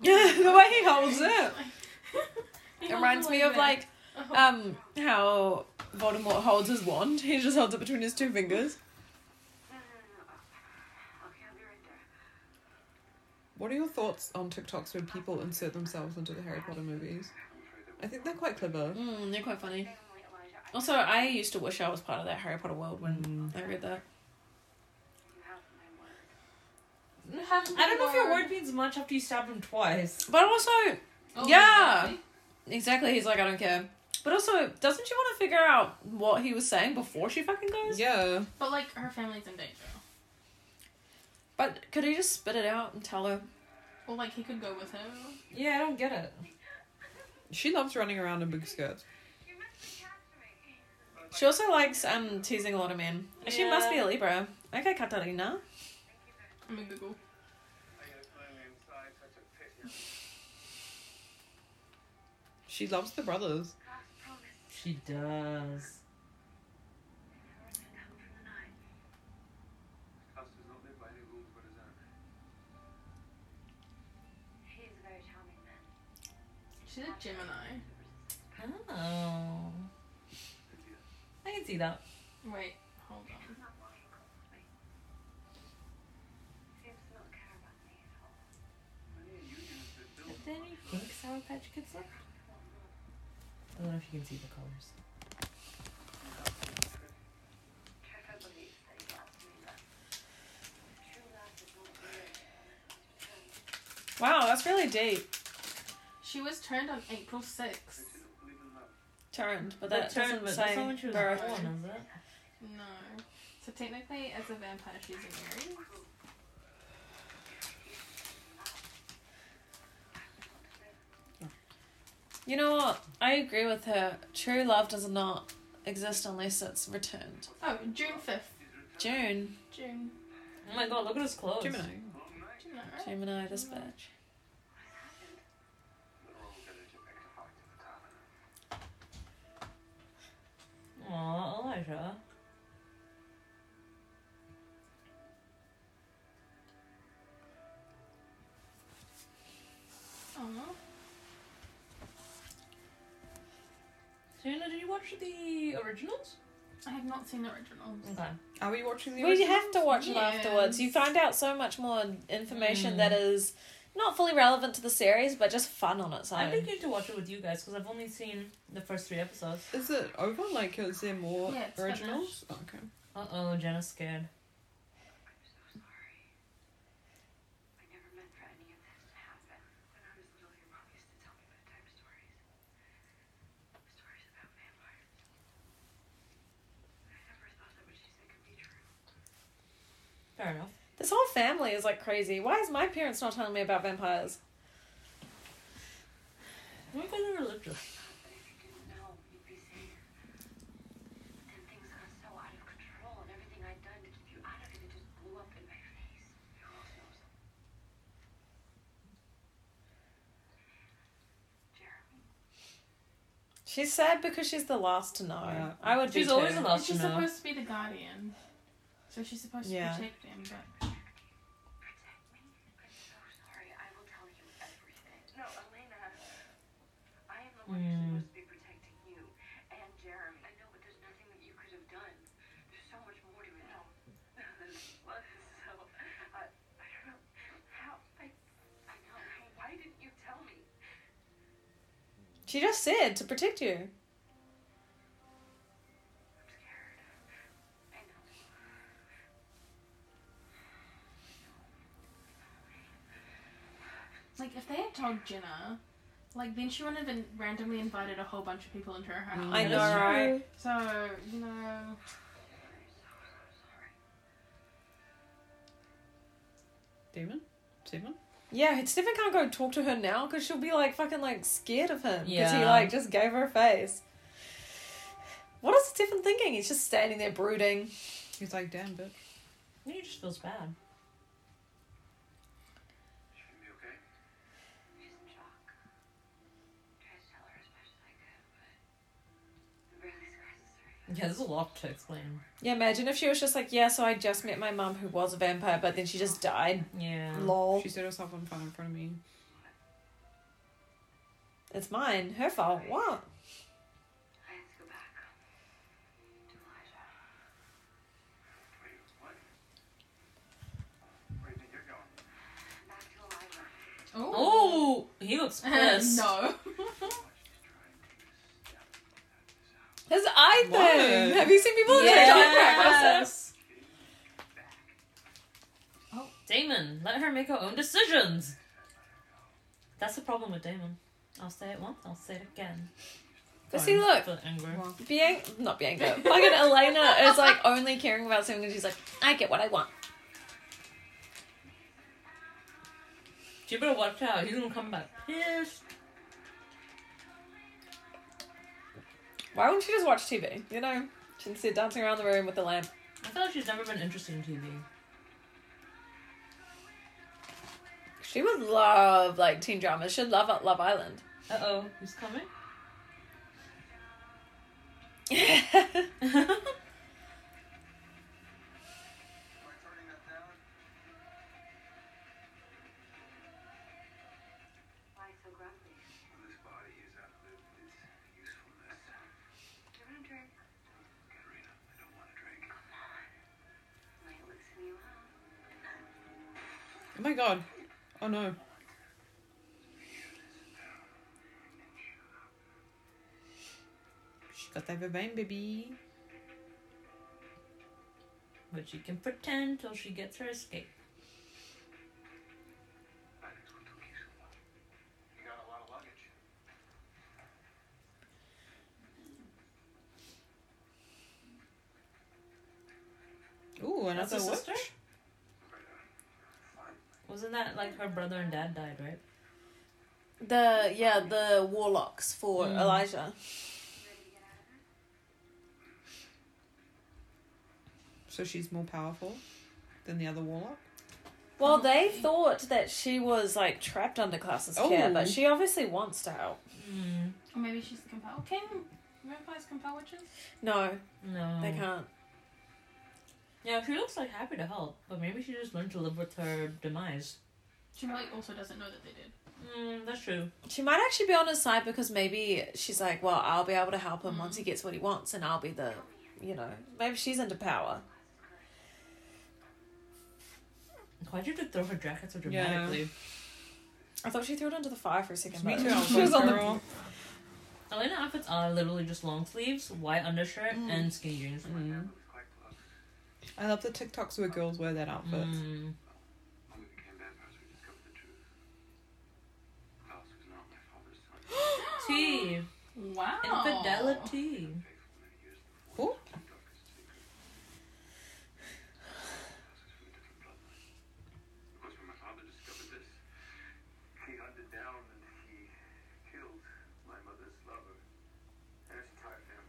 S5: Incessant fussing, answer.
S4: Yeah, the way he holds it.
S3: He
S4: It
S3: holds
S4: reminds me of
S3: bit.
S4: like
S3: Oh.
S4: um how Voldemort holds his wand. He just holds it between his two fingers.
S6: No, no, no, no. Okay, I'll be right there.
S2: What are your thoughts on TikToks when people insert themselves into the Harry Potter movies? I think they're quite clever.
S4: Mm, they're quite funny.
S6: Family, Elijah, I
S3: Oh.
S4: Also, I used to wish I was part of that Harry Potter world when I read that.
S6: you have my word.
S1: I don't know if your word means much after you stabbed him twice.
S4: But also,
S3: Oh,
S4: Yeah.
S3: really?
S4: Exactly. He's like, I don't care. But also, doesn't she want to figure out what he was saying before she fucking goes?
S2: Yeah.
S3: But like her family's in danger.
S4: But could he just spit it out and tell her?
S3: Or like he could go with her.
S1: Yeah, I don't get it.
S2: She loves running around in big skirts.
S6: You must attach me.
S4: She also likes um teasing a lot of men. And She must be a Libra. Okay, Katarina.
S3: I'm in Google.
S5: I gotta climb inside such a pit.
S2: She loves the brothers.
S6: God's promise.
S1: She does.
S6: Never sent out from the night.
S5: House does not live by any rules but his own.
S6: He is a very charming man.
S3: She's a Gemini.
S1: Oh. I can see that.
S3: Wait, hold
S6: He
S3: on.
S6: does not want to go with me. Seems to not care about me at all.
S5: Honey, you used to build
S1: But then you think Sour Patch Kids look? I don't know if you can see the colors.
S6: Trevor believes that he loves me less. True love is not real unless it's returned.
S4: Wow, that's really deep.
S3: She was turned on April 6th.
S5: I don't believe in love.
S4: Turned, but that
S1: Turn, but
S4: doesn't
S1: that's
S4: say
S1: not when she was
S4: birth.
S1: born, is it?
S3: No. So technically, as a vampire, she's an Aries.
S4: You know what? I agree with her. True love does not exist unless it's returned.
S3: Oh, June 5th.
S4: June,
S3: June.
S1: Oh my god, look at his clothes.
S2: Gemini.
S5: Long night.
S3: June, alright.
S4: Gemini, this bitch.
S5: The wrong village of Ectofight at the tavern.
S1: Aw, Elijah.
S3: Aw.
S1: Serena, did you watch the originals?
S3: I have not seen the originals.
S1: Okay.
S2: Are we watching the
S4: Well, you have to watch it
S3: Yes.
S4: afterwards. You find out so much more information
S1: Mm.
S4: that is not fully relevant to the series, but just fun on its
S1: I
S4: own.
S1: think you need to watch it with you guys because I've only seen the first three episodes.
S2: Is it over? Like, is there more
S3: Yeah, it's
S2: originals? Oh, okay.
S1: Uh oh, Jenna's scared. Fair enough.
S4: This whole family is like crazy. Why is my parents not telling me about vampires?
S1: Why guys are religious?
S6: But if you didn't know, you'd be safe. But then things got so out of control, and everything I'd done to keep you out of it, it just blew up in my face. It also knows. Jeremy,
S4: She's sad because she's the last to know.
S2: Yeah.
S4: I would
S1: She's
S4: be
S1: always the
S4: too.
S3: And
S1: last to
S3: she's
S1: know.
S3: supposed to be the guardian. So she's supposed
S4: Yeah.
S3: to protect them, but
S6: protect me. I'm so sorry. I will tell you everything. No, Elena. I am the one who's
S1: Mm.
S6: supposed to be protecting you and Jeremy. I know, but there's nothing that you could have done. There's so much more to it. No. Love is so. I I don't know how. I, I know. Why didn't you tell me?
S4: She just said to protect you.
S6: I'm scared. I know.
S3: like if they had told Jenna, like then she wouldn't have in- randomly invited a whole bunch of people into her
S1: Mm,
S3: house.
S4: I know, right?
S3: So you know,
S2: Demon? Demon?
S4: Yeah, Stephen can't go talk to her now because she'll be like fucking like scared of him because he
S1: Yeah.
S4: like just gave her a face. What is Stephen thinking? He's just standing there brooding.
S2: He's like, damn, bitch.
S1: Then he just feels bad.
S5: She gonna be okay?
S6: She's in shock. Tried to tell her as much as I could, but it barely scratches her.
S1: Yeah, there's a lot to explain.
S4: Yeah, imagine if she was just like, yeah, so I just met my mum who was a vampire, but then she just died.
S1: Yeah.
S4: Lol.
S2: She set herself on fire in front of me.
S4: It's mine. Her fault. What?
S6: I had to go back to Elijah.
S5: Wait, what? Where do you think you're going?
S6: Back to Elijah.
S3: oh,
S1: Oh, he looks pissed.
S3: no,
S5: She's trying to take a step out of this house.
S4: His eye thing.
S2: What?
S4: Have you seen people with their eye
S1: Yes.
S5: Back.
S1: Damon, let her make her own decisions. That's the problem with Damon. I'll say it once, I'll say it again.
S4: But see, look,
S1: But angry.
S2: Well,
S4: being not being good. Fucking Elena is like only caring about something, and she's like, I get what I want.
S1: You better watch out. He's gonna come back pissed.
S4: Why wouldn't she just watch TV? You know, she can sit dancing around the room with the lamp.
S1: I feel like she's never been interested in TV.
S4: She would love like teen dramas. She'd love Love Island.
S1: Uh oh, who's coming?
S5: Am I turning that down?
S6: Why so grumpy?
S5: Well, this body has outlived its usefulness.
S6: Do you want a drink?
S5: Katerina, I don't want to drink.
S6: Come on. Might loosen you up.
S2: oh my god. Oh no. She got that vervain, baby.
S1: But she can pretend till she gets her escape.
S5: That is what took you so long. You got a lot of luggage.
S2: Ooh,
S1: That's
S2: another
S1: her
S2: witch.
S1: sister? Wasn't that like her brother and dad died, right?
S4: The yeah, the warlocks for
S1: Mm.
S4: Elijah.
S2: So she's more powerful than the other warlock.
S4: Well, they thought that she was like trapped under Klaus's care,
S2: Oh.
S4: but she obviously wants to help. Mm-hmm.
S1: Mm,
S3: or maybe she's compelled. Can vampires compel witches?
S4: No,
S1: no.
S2: Mm.
S4: they can't.
S1: Yeah, she looks like happy to help, but maybe she just learned to live with her demise.
S3: She probably also doesn't know that they did.
S1: Mm, that's true.
S4: She might actually be on his side because maybe she's like, well, I'll be able to help him
S3: Mm.
S4: once he gets what he wants, and I'll be the, you know, maybe she's into power.
S1: Why'd you have to throw her jacket so dramatically?
S4: I thought she threw it into the fire for a second.
S2: Me
S4: but-
S2: too. I was
S4: she was
S2: like,
S4: on the-
S2: girl.
S1: Elena outfits are literally just long sleeves, white undershirt, and skinny jeans.
S2: Mm.
S5: It was quite close.
S2: I love the TikToks where girls wear that outfit.
S1: Mm.
S5: When we became vampires, we discovered the truth. Klaus was not my
S1: Tea.
S5: father's son.
S3: Wow,
S1: Infidelity.
S5: Faithful many years before.
S2: Oh,
S5: Darkest secret. Klaus is from a different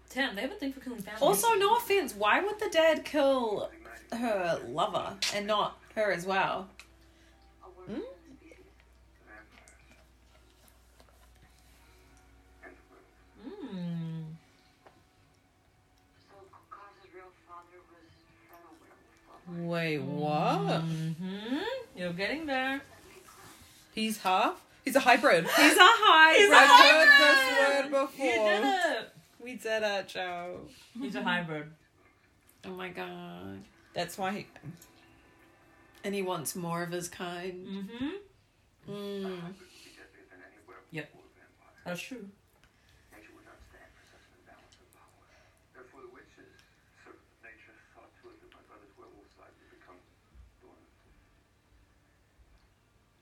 S1: fam. They have a thing for killing families.
S4: Also, no offense, why would the dad kill her lover and not her as well?
S6: A word
S4: Hmm?
S6: for the species.
S5: Vampires. And the world.
S1: Mm.
S6: So Kaka's real father was from a werewolf. lover.
S2: Wait, what?
S1: hmm You're getting there.
S2: He's half? He's a hybrid.
S4: He's a hybrid.
S2: I've heard this word before.
S1: You did it.
S2: We did it, Joe.
S1: He's a hybrid.
S4: Oh my god.
S2: That's why he.
S4: And he wants more of his kind.
S1: Mm-hmm.
S4: Mm.
S5: Would be deadlier than any werewolf
S1: Yep.
S5: or vampire.
S1: That's true.
S5: Nature would not stand for such an imbalance of power. Therefore, the witches, servants of nature, saw to it that my brother's werewolf side would become dormant.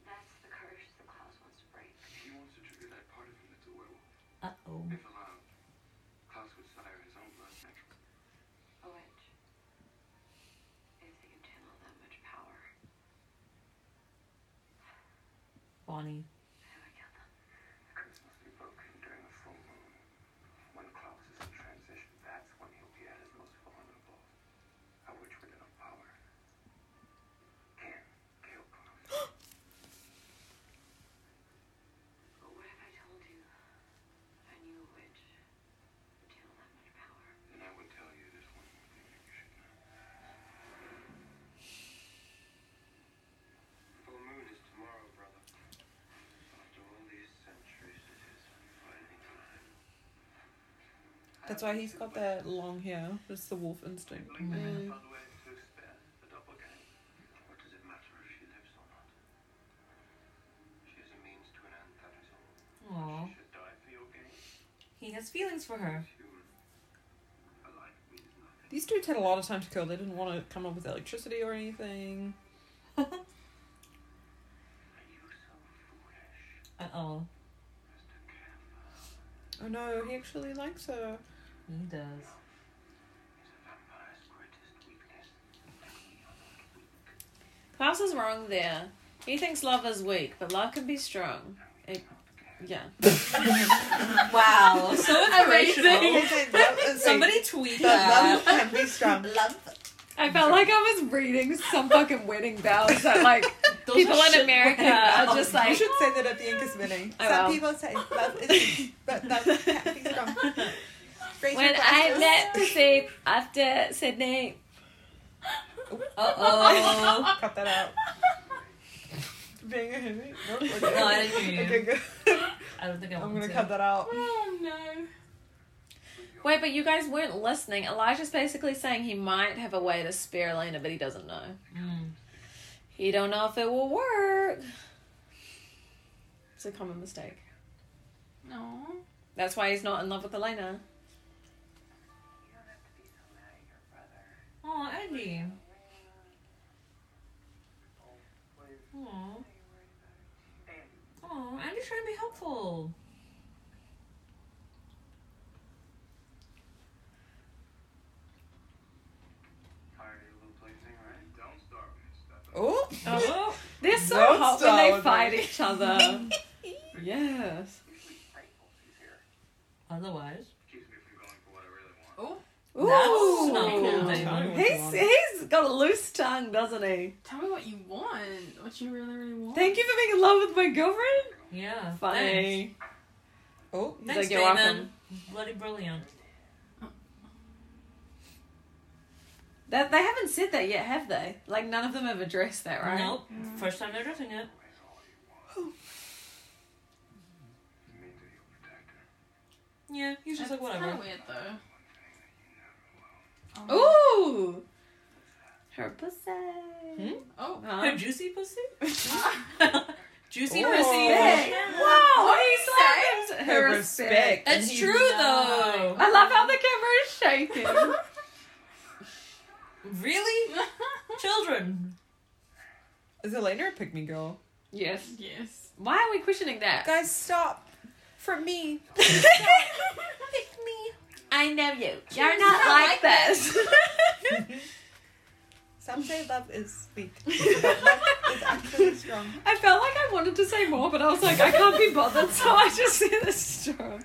S6: That's the curse the Klaus wants to break.
S5: He wants to trigger that part of him that's a werewolf.
S1: Uh oh.
S5: If allowed, Klaus would sire his own blood naturally.
S6: Which, if they can channel that much power,
S1: Bonnie.
S6: how do I kill them?
S5: The curse must be broken during a full moon. When Klaus is in transition, that's when he'll be at his most vulnerable. A witch with enough power can kill Klaus.
S6: But what if I told you I knew a witch would channel that much power?
S5: and I would tell you there's one more thing that you should know. Full moon is tomorrow, brother. After all these centuries, it is finally time.
S2: That's why he's got that long hair. It's the wolf instinct.
S5: Mm. What does it matter if she lives or not? She is a means to an end, that is all.
S1: Aw.
S5: She should die for your gain.
S1: He has feelings for her.
S5: It's human. A life means nothing.
S2: These dudes had a lot of time to kill. They didn't want to come up with electricity or anything.
S5: Are you so foolish
S1: Uh oh.
S5: as to care for
S2: Oh no, he actually likes her.
S1: He does.
S5: is a vampire's greatest weakness?
S4: Klaus is wrong there. He thinks love is weak, but love can be strong. It, yeah.
S1: Wow. So
S2: Oh,
S1: inspirational.
S2: Somebody.
S1: Somebody tweet that.
S2: can be strong.
S4: I felt like I was reading some fucking wedding vows that like
S1: Those
S4: people
S1: are
S4: in
S1: shit
S4: America
S1: wedding
S4: are just
S2: Oh, You
S4: like.
S2: should say that at the Incas meeting.
S4: I
S2: Some
S4: will.
S2: people say love is weak, but love can be strong. Raise your
S4: When I
S2: glasses.
S4: met Steve after Sydney,
S1: Uh oh.
S2: Cut that out. Being a hippie? Nope, okay.
S1: No, I didn't hear you.
S2: Okay, good.
S1: I don't think I
S2: I'm
S1: want
S2: gonna
S1: to.
S2: cut that out.
S3: Oh no.
S4: wait, but you guys weren't listening. Elijah's basically saying he might have a way to spare Elena, but he doesn't know.
S1: Mm.
S4: He don't know if it will work. It's a common mistake.
S3: No.
S4: That's why he's not in love with Elena.
S6: You don't have to be so mad at your brother.
S1: Aw, Andy.
S5: What is
S1: Aw.
S6: You're worried about her.
S1: Aw, Andy's trying to be helpful.
S5: tired of your little plaything, right? Don't starve me, Stefan.
S2: Oh,
S1: Oh.
S4: They're so
S2: Don't
S4: hot when
S2: start
S4: they
S2: with
S4: fight
S2: me.
S4: each other. yes.
S5: You should be thankful she's here.
S1: Otherwise.
S5: Keeps me from going for what I really want.
S3: Oh.
S4: Ooh.
S1: That's not cool,
S2: David.
S4: He's he's got a loose tongue, doesn't he?
S3: Tell me what you want. What you really, really want.
S4: Thank you for being in love with my girlfriend.
S1: Yeah. thanks.
S4: Funny.
S2: oh,
S4: He's
S1: Thanks,
S4: like, you're
S1: Damon.
S4: welcome.
S1: Bloody brilliant.
S4: That they haven't said that yet, have they? Like none of them have addressed that, right?
S1: Nope. First time they're dressing it.
S5: Always all you want. You mean that you'll protect her.
S1: Yeah, he's just
S3: That's
S1: like, whatever.
S3: kind of weird though.
S5: One thing that you never
S3: Oh.
S5: will.
S4: Ooh. Her pussy.
S3: Oh.
S1: Hmm? Her
S4: Huh?
S1: juicy pussy?
S3: Ah.
S1: Juicy
S2: Ooh.
S3: Oh,
S1: pussy.
S4: Hey, Whoa!
S3: What
S4: he
S3: did
S4: slapped
S2: Her
S4: her
S2: respect.
S4: respect.
S1: It's
S2: And he-
S1: true though.
S4: I love how the camera is shaking.
S1: Really? Children.
S2: Is Elena a pygmy girl?
S4: yes.
S3: yes.
S4: Why are we questioning that?
S2: Guys, stop. For me.
S4: I know you. You're not like this.
S2: Some say love is weak. but love is actually strong.
S4: I felt like I wanted to say more, but I was like, I can't be bothered, so I just said this strong.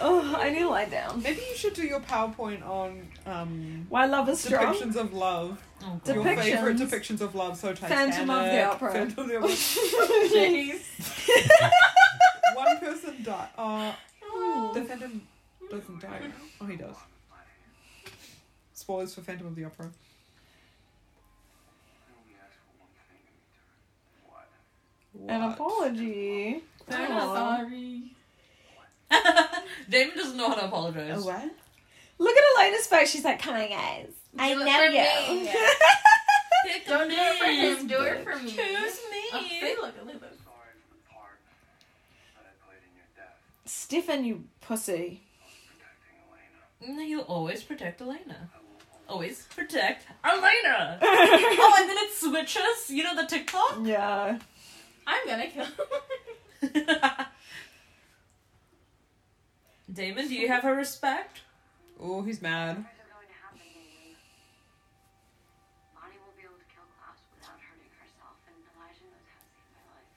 S4: Oh, I need to lie down.
S2: Maybe you should do your PowerPoint on um,
S4: Why love is strong.
S2: depictions of love.
S1: Oh, God.
S2: Your favorite
S4: Depictions.
S2: depictions of love. So Titanic,
S4: Phantom of the Opera.
S2: Phantom of the Opera.
S4: Jeez.
S2: One person died. Uh, the Phantom doesn't die. Oh, he does. Spoilers for Phantom of the Opera.
S5: I only asked for one thing in return. What?
S4: An
S2: What?
S4: apology.
S3: I'm not sorry.
S1: Damon doesn't know how to apologize.
S3: Oh,
S2: A what?
S4: Look at Elena's face. She's like, "Hi guys, I
S3: Do it
S4: know
S3: for
S4: you."
S3: me.
S1: Pick
S3: Don't do it for
S1: me.
S3: him. Do it for me.
S1: Choose
S3: Oh,
S1: me.
S3: see, look, look, look.
S5: Sorry for the part that I played in your death,
S4: Stefan, you pussy.
S5: protecting Elena.
S1: And then Mm, he'll always protect Elena. Always protect Elena. oh,
S4: yeah.
S1: and then it switches. You know the TikTok.
S3: I'm gonna kill him.
S1: Damon, do you have her respect?
S2: Oh, he's mad.
S6: Things are going to happen, Damon. Bonnie will be able to kill Klaus without hurting herself, and Elijah knows how to save my life.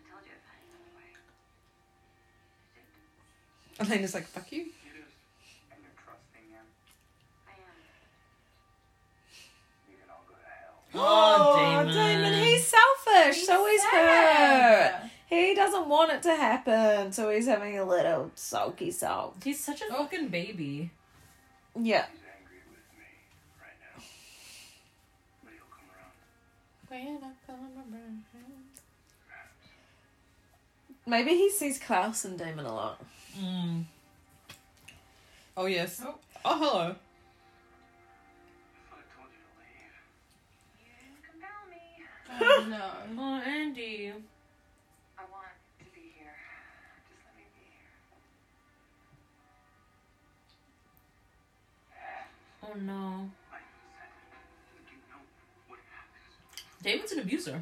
S6: I told you I'd find another way. I did.
S2: Elena's like, fuck you.
S5: You just and you're trusting him.
S6: I am.
S5: You can all go to hell.
S1: Oh,
S4: Damon. he's selfish. so is her.
S3: sad.
S4: He doesn't want it to happen, so he's having a little sulky sulk.
S1: He's such a fucking baby.
S4: Yeah.
S5: He's angry with me right now. But he'll come around.
S4: Maybe he sees Klaus and Damon a lot.
S1: Mm.
S2: Oh, yes.
S3: Oh.
S2: Oh, hello.
S5: If I told you to
S3: Oh,
S5: leave,
S6: You compel me.
S3: no.
S1: Oh, Andy.
S6: I want to be here. Just let me be here.
S1: Oh no.
S5: I said it. You know what happens.
S1: Damon's an abuser.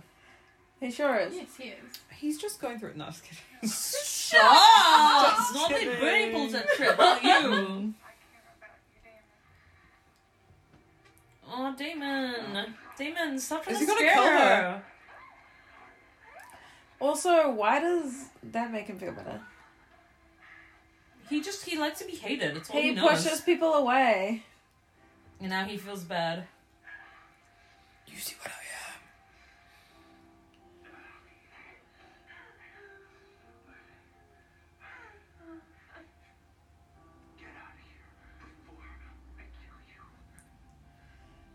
S4: He sure is.
S3: Yes, he is.
S2: He's just going through it. No, I'm just kidding.
S1: Shut up!
S2: Just
S1: Normally
S2: Ah, kidding.
S1: Bernie pulls that trip, not you.
S6: I care about you,
S1: Oh,
S6: Damon.
S1: Damon. Damon, stop trying
S2: Is
S1: to
S2: he gonna
S1: scare
S2: kill her?
S1: her.
S4: Also, why does that make him feel better?
S1: He just, he likes to be hated. It's all he,
S4: He
S1: knows.
S4: pushes people away.
S1: And now he feels bad.
S2: You see what I am.
S5: Get out of here before I kill you.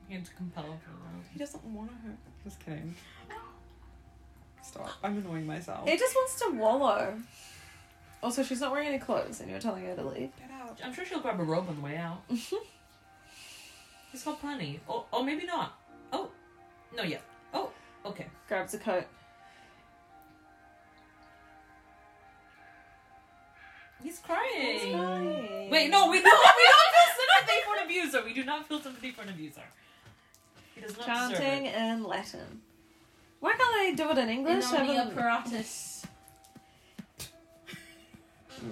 S1: He had to compel her for
S2: He doesn't want her. Just kidding.
S4: Oh.
S2: Stop. I'm annoying myself.
S4: He just wants to wallow. Also, she's not wearing any clothes, and you're telling her to leave.
S2: Get out.
S1: that. I'm sure she'll grab a robe on the way out. He's got plenty. Or, or oh, maybe not. Oh. No, yeah. Oh, okay.
S4: Grabs a coat.
S1: He's crying.
S4: Bye.
S1: Wait, no, we don't. We don't feel sympathy for an abuser. We do not feel sympathy for an abuser. He does not deserve
S4: Chanting
S1: it.
S4: in Latin. Why can't they do it in English? Have
S3: Inomia
S4: them-
S3: paratus.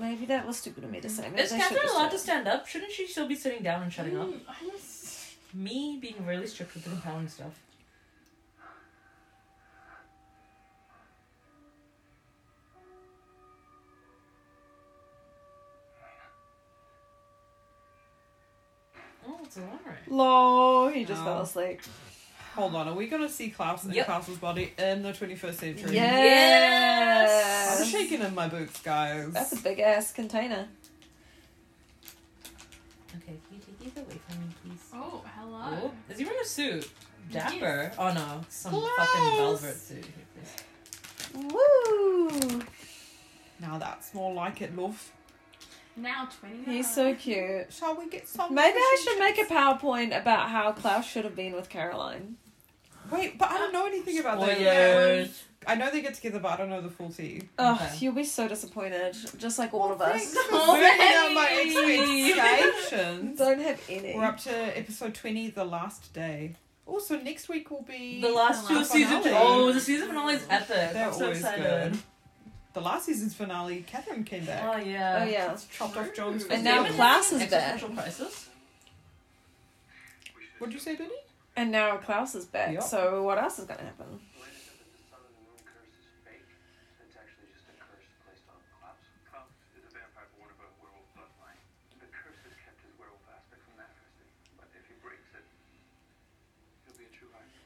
S4: Maybe that was stupid of me to say. Maybe
S1: Is
S4: they should
S1: Catherine
S4: just
S1: allowed
S4: do
S1: to
S4: it.
S1: stand up? Shouldn't she still be sitting down and shutting up?
S3: Mm, I'm s-
S1: Me being really strict with the compelling stuff. Oh, it's alright.
S4: Lol, he just
S2: No.
S4: fell asleep.
S2: Hold on. Are we going to see Klaus in
S1: Yep.
S2: Klaus's body in the 21st century?
S4: Yes.
S2: I'm shaking in my boots, guys.
S4: That's a big ass container.
S1: Okay, can you take these away from me, please?
S3: Oh, hello.
S1: Oh, is he wearing a suit?
S3: Yes.
S1: Dapper. Oh no, some
S2: Close.
S1: fucking velvet suit. Here, please.
S4: Woo!
S2: now that's more like it, love.
S3: Now 20
S4: He's so cute.
S2: Shall Oh, we get some?
S4: Maybe I should make a PowerPoint about how Klaus should have been with Caroline.
S2: Wait, but I don't know anything about that.
S1: Spoilers.
S2: I know they get together, but I don't know the full tea.
S4: Oh,
S1: Okay.
S4: you'll be so disappointed, just like all of us.
S2: Bringing down
S1: Already.
S2: my expectations.
S4: Don't have any.
S2: We're up to episode 20, the last day. Also, next week will be.
S1: The last
S3: The
S1: two
S3: last
S1: seasons.
S2: finale.
S1: Oh, the season finale is epic.
S2: They're
S1: I'm so
S2: always
S1: excited.
S2: good. The last season's finale, Catherine came back.
S1: Oh yeah.
S4: oh yeah.
S2: chopped off John's
S3: And
S2: fingers.
S4: now
S1: Damon
S4: Klaus
S1: has
S4: is
S1: an
S4: back.
S1: existential crisis.
S5: We should
S2: What'd you say, Benny?
S4: And now Klaus is back.
S2: Yep.
S4: So what else is gonna happen?
S5: Elena said that the sun and the moon curse is fake. It's actually just a curse placed on Klaus. Klaus is a vampire born of a werewolf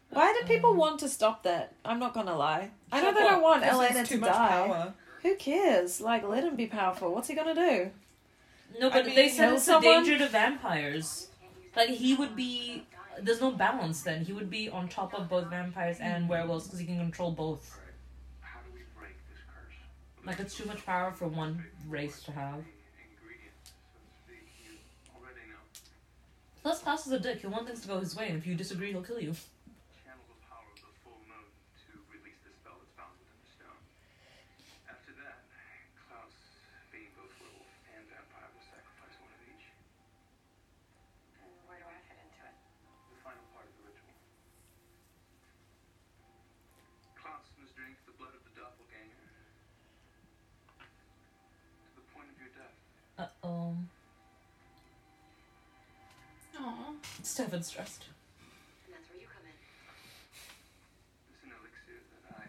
S4: Why do
S2: Mm.
S4: people want to stop that? I'm not gonna lie. I know they
S2: What?
S4: don't want
S2: Because
S4: Elena
S2: it's too
S4: to
S2: much
S4: die.
S2: power.
S4: Who cares? Like, let him be powerful. What's he gonna do?
S1: No, but
S2: mean,
S1: they said
S4: kill
S1: it's
S4: someone?
S1: a danger to vampires. Like he would be. There's no balance then. He would be on top of both vampires and werewolves because he can control both.
S5: How do we break this curse?
S1: Like it's too much power for one race to have.
S5: Ingredients, so to speak, you already know.
S1: Plus, Klaus is a dick. He wants things to go his way, and if you disagree, he'll kill you.
S5: Channel the power of the full moon to release the spell that's bound within the stone. After that, Klaus, being both werewolf and vampire, will sacrifice one of each.
S6: And where do I fit into it?
S5: The final part of the ritual. Klaus must drink the blood of the doppelganger to the point of your death.
S1: Uh oh.
S3: Aw.
S1: Stefan's stressed.
S6: And that's where you come in.
S5: It's an elixir that I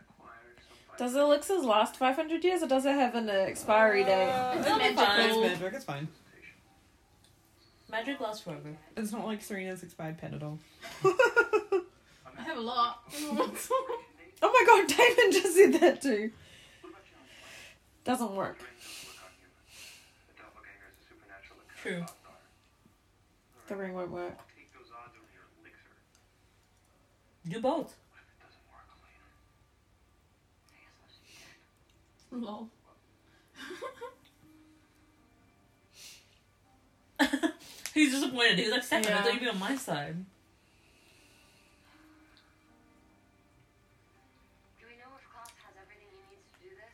S5: acquired some five
S4: Does elixirs last 500 years or does it have an uh, expiry date?
S2: Uh,
S1: It'll be
S4: Um,
S2: it's
S1: fine.
S2: magic. It's fine.
S5: station.
S1: Magic lasts forever.
S2: It's not like Serena's expired Panadol.
S3: I have a lot.
S4: Oh my god, Damon just said that too.
S5: What about you?
S4: Doesn't work.
S5: Brain doesn't work on humans. The doppelganger is a supernatural occurrence.
S1: True.
S5: odds are.
S4: The ring won't work.
S5: I'll take those odds over your elixir.
S1: Do both.
S5: What if it doesn't work, Elena?
S6: I guess I'll just be dead.
S3: Lol.
S1: He's disappointed. He's like, Stefan, I
S3: Yeah.
S1: thought you'd be on my side.
S6: Do we know if Klaus has everything he needs to do this?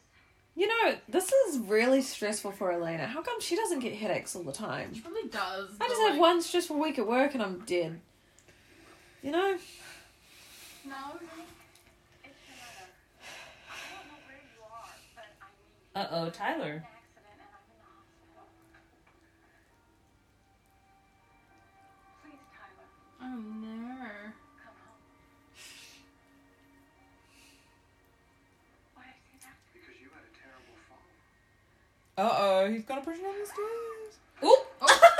S4: You know, this is really stressful for Elena. How come she doesn't get headaches all the time?
S3: She probably does.
S4: I
S3: but,
S4: just have
S3: like,
S4: one stressful week at work and I'm dead. You know?
S3: No.
S6: It's your mother. I don't know where you are, but I mean, he
S1: Uh oh,
S6: had
S1: Tyler.
S6: an accident and I'm in the hospital. Please, Tyler,
S3: Oh no.
S6: come home. Why did I say that?
S5: Because you had a terrible fall.
S2: Uh oh, he's gonna push her down the stairs.
S1: Oop!
S2: Oh.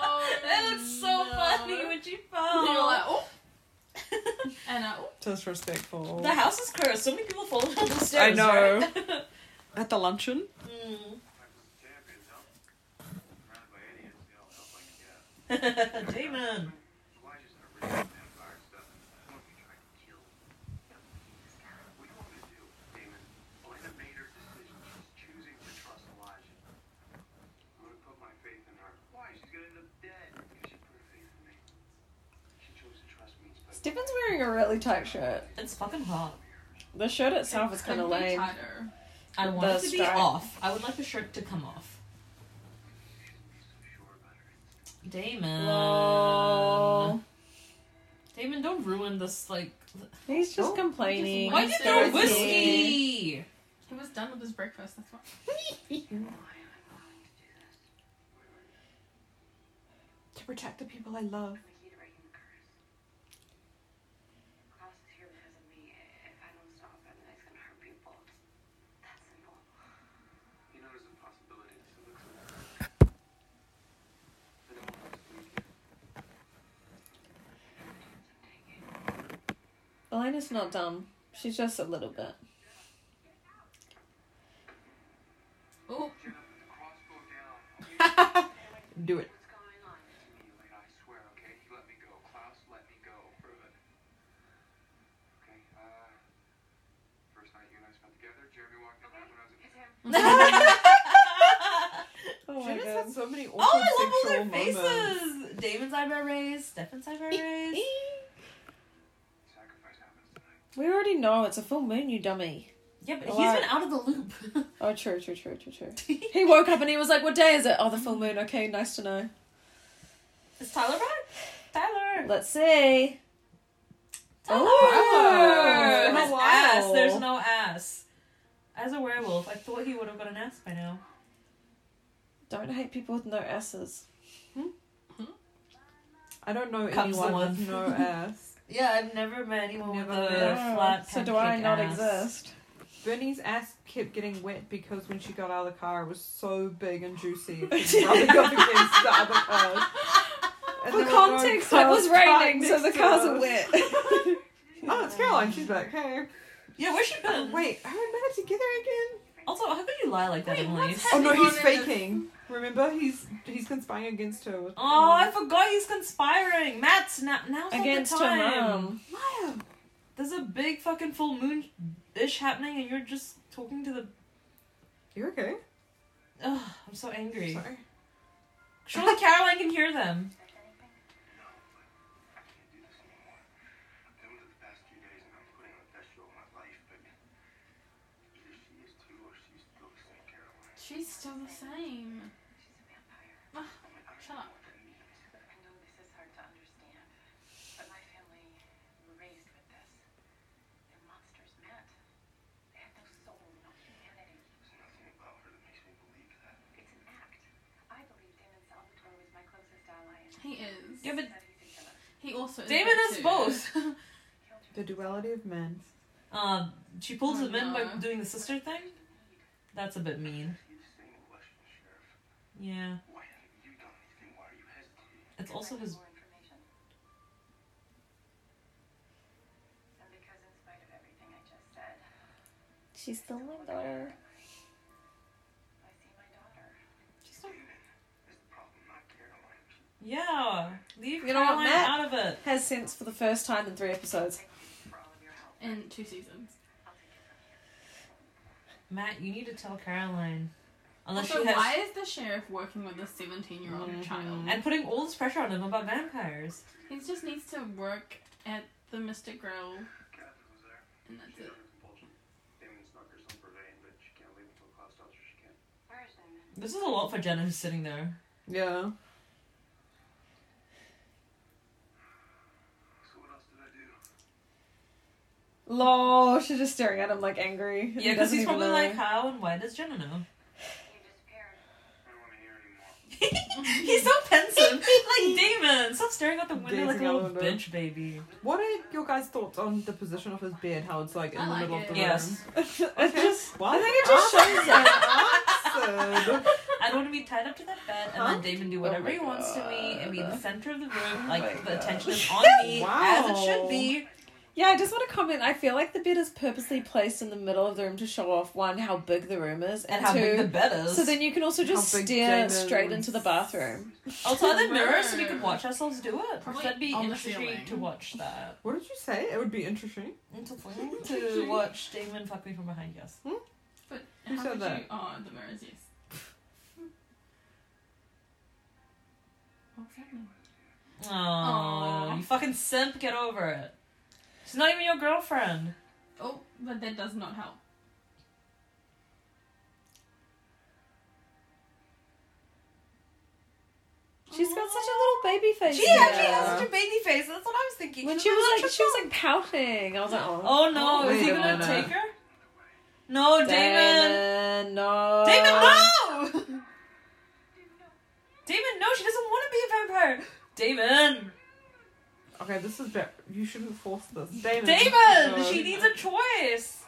S3: Oh,
S1: That's so
S3: no.
S1: funny when she fell.
S3: And you're like, oh. and uh, oh.
S2: Disrespectful.
S1: the house is cursed. So many people fall down the stairs.
S2: I know.
S1: right?
S2: At the luncheon.
S1: Mm.
S5: I was champions, huh? Surrounded by idiots, they all help like a
S1: Mm.
S5: gas.
S1: Damon.
S5: Elijah's an original vampire, so the one we tried to kill. What do you want me to do, Damon? Elena made her decision. She's choosing to trust Elijah. I'm gonna put my faith in her. Why? She's gonna end up dead. You should put her faith in me. She chose to trust me. It's like
S4: Stefan's wearing a really tight shirt.
S1: It's fucking hot.
S4: The shirt itself is kind of
S3: Could be
S4: lame.
S3: tighter.
S1: I want it to be
S4: stripe.
S1: off. I would like the shirt to come off.
S5: she's so sure about her.
S1: Damon.
S4: Lol.
S1: Damon, don't ruin this. Like,
S4: He's just
S2: Oh,
S4: complaining.
S3: Why
S1: why did you
S3: did
S1: throw
S3: there
S1: whiskey?
S3: He was done with his breakfast. That's why.
S2: To protect the people I love.
S6: I'm a heat-raking curse. Klaus is here because of me. If I don't stop him, then he's gonna hurt people. It's that simple.
S5: You know there's a possibility this looks like. I don't want to leave you.
S4: Elena's not dumb. She's just a little bit.
S3: Oh.
S5: The crossbow down.
S2: Do it.
S6: What's going on?
S5: Like, I swear, okay? He let me go. Klaus let me go for a bit. Okay, uh. First night you and I spent together, Jeremy walked in
S6: Okay,
S5: right when I
S4: Oh
S5: was
S6: it's him.
S2: She
S4: my
S2: just
S4: god.
S2: had so many awkward
S1: Oh, I
S2: sexual
S1: love all their
S2: moments.
S1: faces. Damon's eyebrow raised. Stefan's eyebrow raised.
S5: in. Sacrifice happens tonight.
S4: We already know it's a full moon, you dummy.
S1: Yeah, but he's
S4: Alright.
S1: been out of the loop.
S4: Oh, true, true, true, true, true. He woke up and he was like, "What day is it? Oh, the full moon. Okay, nice to know.
S1: Is Tyler back? Tyler.
S4: Let's see."
S1: Tyler.
S4: Oh,
S1: His
S4: wow.
S1: ass. There's no ass. As a werewolf, I thought he would have got an ass by now.
S4: Don't hate people with no s's.
S2: I don't know
S1: Comes the
S2: anyone with no
S1: one.
S2: ass.
S1: Yeah, I've never met anyone
S2: with
S1: with
S2: a
S1: a
S2: Yeah.
S1: flat.
S4: so do I not
S1: pancake ass.
S4: exist?
S2: Bernie's ass kept getting wet because when she got out of the car, it was so big and juicy. It was rubbing up against the other cars. And
S4: For
S2: then we'll go and
S4: context, it
S2: park
S4: was raining, so the
S2: next to
S4: cars
S2: us.
S4: are wet.
S2: oh, it's Caroline. She's back. Hey.
S1: Yeah, where's she
S2: Oh,
S1: been?
S2: wait, are we back together again?
S1: Also, how could you lie like that,
S3: Wait,
S1: Emily?
S3: what's
S2: Oh no,
S3: Everyone
S2: he's
S3: in the-
S2: faking. Remember, he's he's conspiring against her. With
S1: Oh, I forgot he's conspiring. Matt's now now's
S4: Against
S1: not
S4: her
S1: the time.
S4: mum.
S2: liar.
S1: There's a big fucking full moon ish happening, and you're just talking to the.
S2: You okay?
S1: Ugh, I'm so angry.
S2: Sorry.
S1: Surely Caroline can hear them.
S5: No, but I can't do this anymore. I've done it the past few days and I'm putting on the best show of my life, but either she is too or she's still the same Caroline.
S3: She's still the same. Ah,
S5: Oh
S6: She's a vampire.
S5: my God, I
S3: Shut
S5: don't
S3: up.
S5: know what that means.
S6: I know this is hard to understand, but my family were raised with this. They're monsters, Matt. They have no soul, no humanity.
S5: There's nothing about her that makes me believe that.
S6: It's an act. I believe Damon Salvatore was my closest ally. and
S3: He is.
S1: Yeah, but
S6: studies each other.
S3: He also is.
S1: Damon
S3: that
S1: is
S3: too.
S1: both.
S2: The duality of men.
S1: Um, she pulls
S3: Oh,
S1: him in by
S3: no.
S1: doing the sister thing. That's a bit mean.
S5: He's saying a question, Sheriff.
S1: Yeah,
S5: Why haven't you done anything? Why are you hesitating?
S1: it's also
S6: Because
S1: his.
S6: I have more information. And because in spite of everything I just said,
S4: She's still my daughter.
S6: I see my daughter.
S1: She's not-
S5: Damon is the problem, not Caroline.
S1: Yeah, leave
S4: You know what,
S1: Caroline
S4: Matt?
S1: out of it.
S4: Has sense for the first time in three episodes.
S6: Thank you for all of your help.
S3: In two seasons.
S6: I'll take it from here.
S1: Matt, you need to tell Caroline. Unless
S3: also,
S1: she has. Mm-hmm.
S3: why is the sheriff working with a 17 year old child?
S1: And putting all this pressure on him about vampires.
S3: He just needs to work at the Mystic Grill,
S5: Catherine was there.
S3: and that's
S5: She's
S3: it.
S5: under compulsion. Damon snuck her some Vervain, but she can't leave until Klaus tells her she can.
S6: Where is Damon?
S1: This is a lot for Jenna who's sitting there.
S2: Yeah.
S5: So what else did I do?
S4: Lol, she's just staring at him like angry. and
S1: Yeah,
S4: he
S1: because
S4: doesn't
S1: he's
S4: even
S1: probably
S4: know.
S1: like, how and why does Jenna know?
S6: You disappeared.
S5: I don't want to hear anymore.
S1: he's so pensive. like, Damon, stop staring out the window like a
S2: Gazing out
S1: little
S2: the window.
S1: bitch baby.
S2: What are your guys' thoughts on the position of his bed? How it's like in
S3: I
S2: the
S3: like
S2: middle
S3: it.
S2: of the
S1: Yes.
S2: room.
S4: it's just.
S2: Well,
S4: I think it just shows
S2: shows answered.
S1: I don't want to be tied up to that bed and
S2: Huh?
S1: then Damon do whatever
S4: my
S1: he wants to me and be the
S4: God.
S1: center of the room.
S4: my
S1: Like, the
S4: Oh God.
S1: attention is on me, as it should be.
S4: Yeah, I just want to comment. I feel like the bed is purposely placed in the middle of the room to show off one how big the room is,
S1: And
S4: and,
S1: how big the
S4: two.
S1: bed is.
S4: So then you can also just
S2: big
S4: stare
S2: Damon's-
S4: straight into the bathroom.
S1: also, are there mirrors so we could watch ourselves do it?
S3: Probably
S1: That'd be
S3: on the
S1: interesting
S3: ceiling.
S1: to watch that.
S2: What did you say? It would be interesting.
S1: Interesting to watch Damon fuck me from behind, yes.
S3: But
S2: Who
S3: how
S2: said
S3: could
S2: that?
S3: you? Oh, the mirrors, yes. What's happening?
S1: Oh,
S3: Aw.
S1: you fucking simp, get over it. She's not even your girlfriend.
S3: Oh, but that does not help.
S4: She's got such a little baby face.
S1: She
S4: now.
S1: actually has such a baby face, that's what I was thinking.
S4: When
S1: She's
S4: she was
S1: such
S4: like,
S1: a
S4: she was
S1: fuck-
S4: like pouting. I was like, oh,
S1: Oh no,
S2: Oh,
S1: is he
S2: wait a
S1: gonna
S2: minute.
S1: take her? No, Damon!
S4: Damon, no,
S1: Damon, no! Damon, no, she doesn't want to be a vampire! Damon!
S2: Okay, this is bad. You shouldn't force this. Damon. Oh
S1: Damon!
S2: No.
S1: She needs a choice!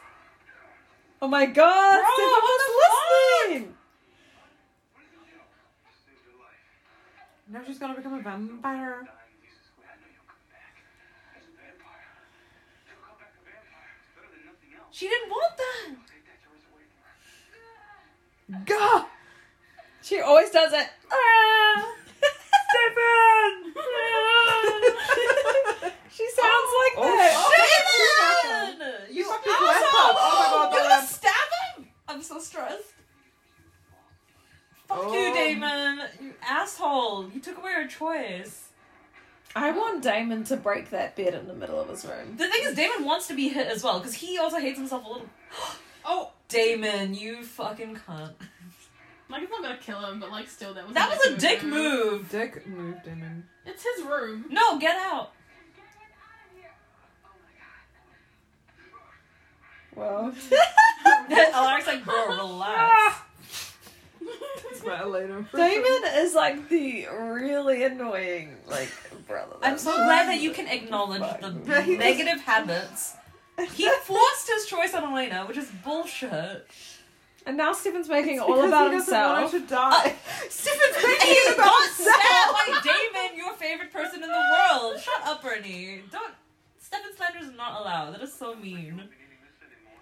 S4: Oh my God,
S1: Bro,
S4: Stephen
S1: what
S4: was listening.
S5: Saved her life.
S2: Now she's gonna become a vampire.
S5: Dying Jesus way. I know you'll come back. As a vampire. You'll come back a vampire. It's better than nothing else.
S1: She didn't want that!
S5: I'll take that choice away from her.
S2: Gah!
S4: She always does it. Ah.
S1: Damon!
S4: Ah. she sounds like
S2: Oh,
S4: that.
S2: shit.
S1: Damon!
S2: You
S1: You
S2: fucking
S1: asshole!
S2: lamp up. Oh my God, the
S1: You're gonna
S2: lamp.
S1: stab him! I'm so stressed. Fuck
S2: Oh.
S1: you, Damon! You asshole! You took away her choice.
S4: I want Damon to break that bed in the middle of his room.
S1: The thing is, Damon wants to be hit as well because he also hates himself a little. oh, Damon, you fucking cunt!
S3: Like, it's not gonna kill him, but like, still, that was
S1: That was a dick
S3: move.
S1: move.
S2: Dick moved in and
S3: It's his room.
S1: No, get out.
S4: Well,
S1: Alaric's like, bro, relax.
S2: swear later.
S4: Damon is like the really annoying like brother.
S1: I'm so glad that you can acknowledge the
S2: But he just-
S1: negative habits. He forced his choice on Elena, which is bullshit.
S4: And now Stephen's making it all
S2: Because
S4: about
S2: he doesn't want
S4: himself.
S2: her to die.
S1: Stephen's making it about stabbed by Damon, your favorite up, Bernie. Don't. Step and slander is not allowed. That is so mean.
S5: I've been eating this anymore.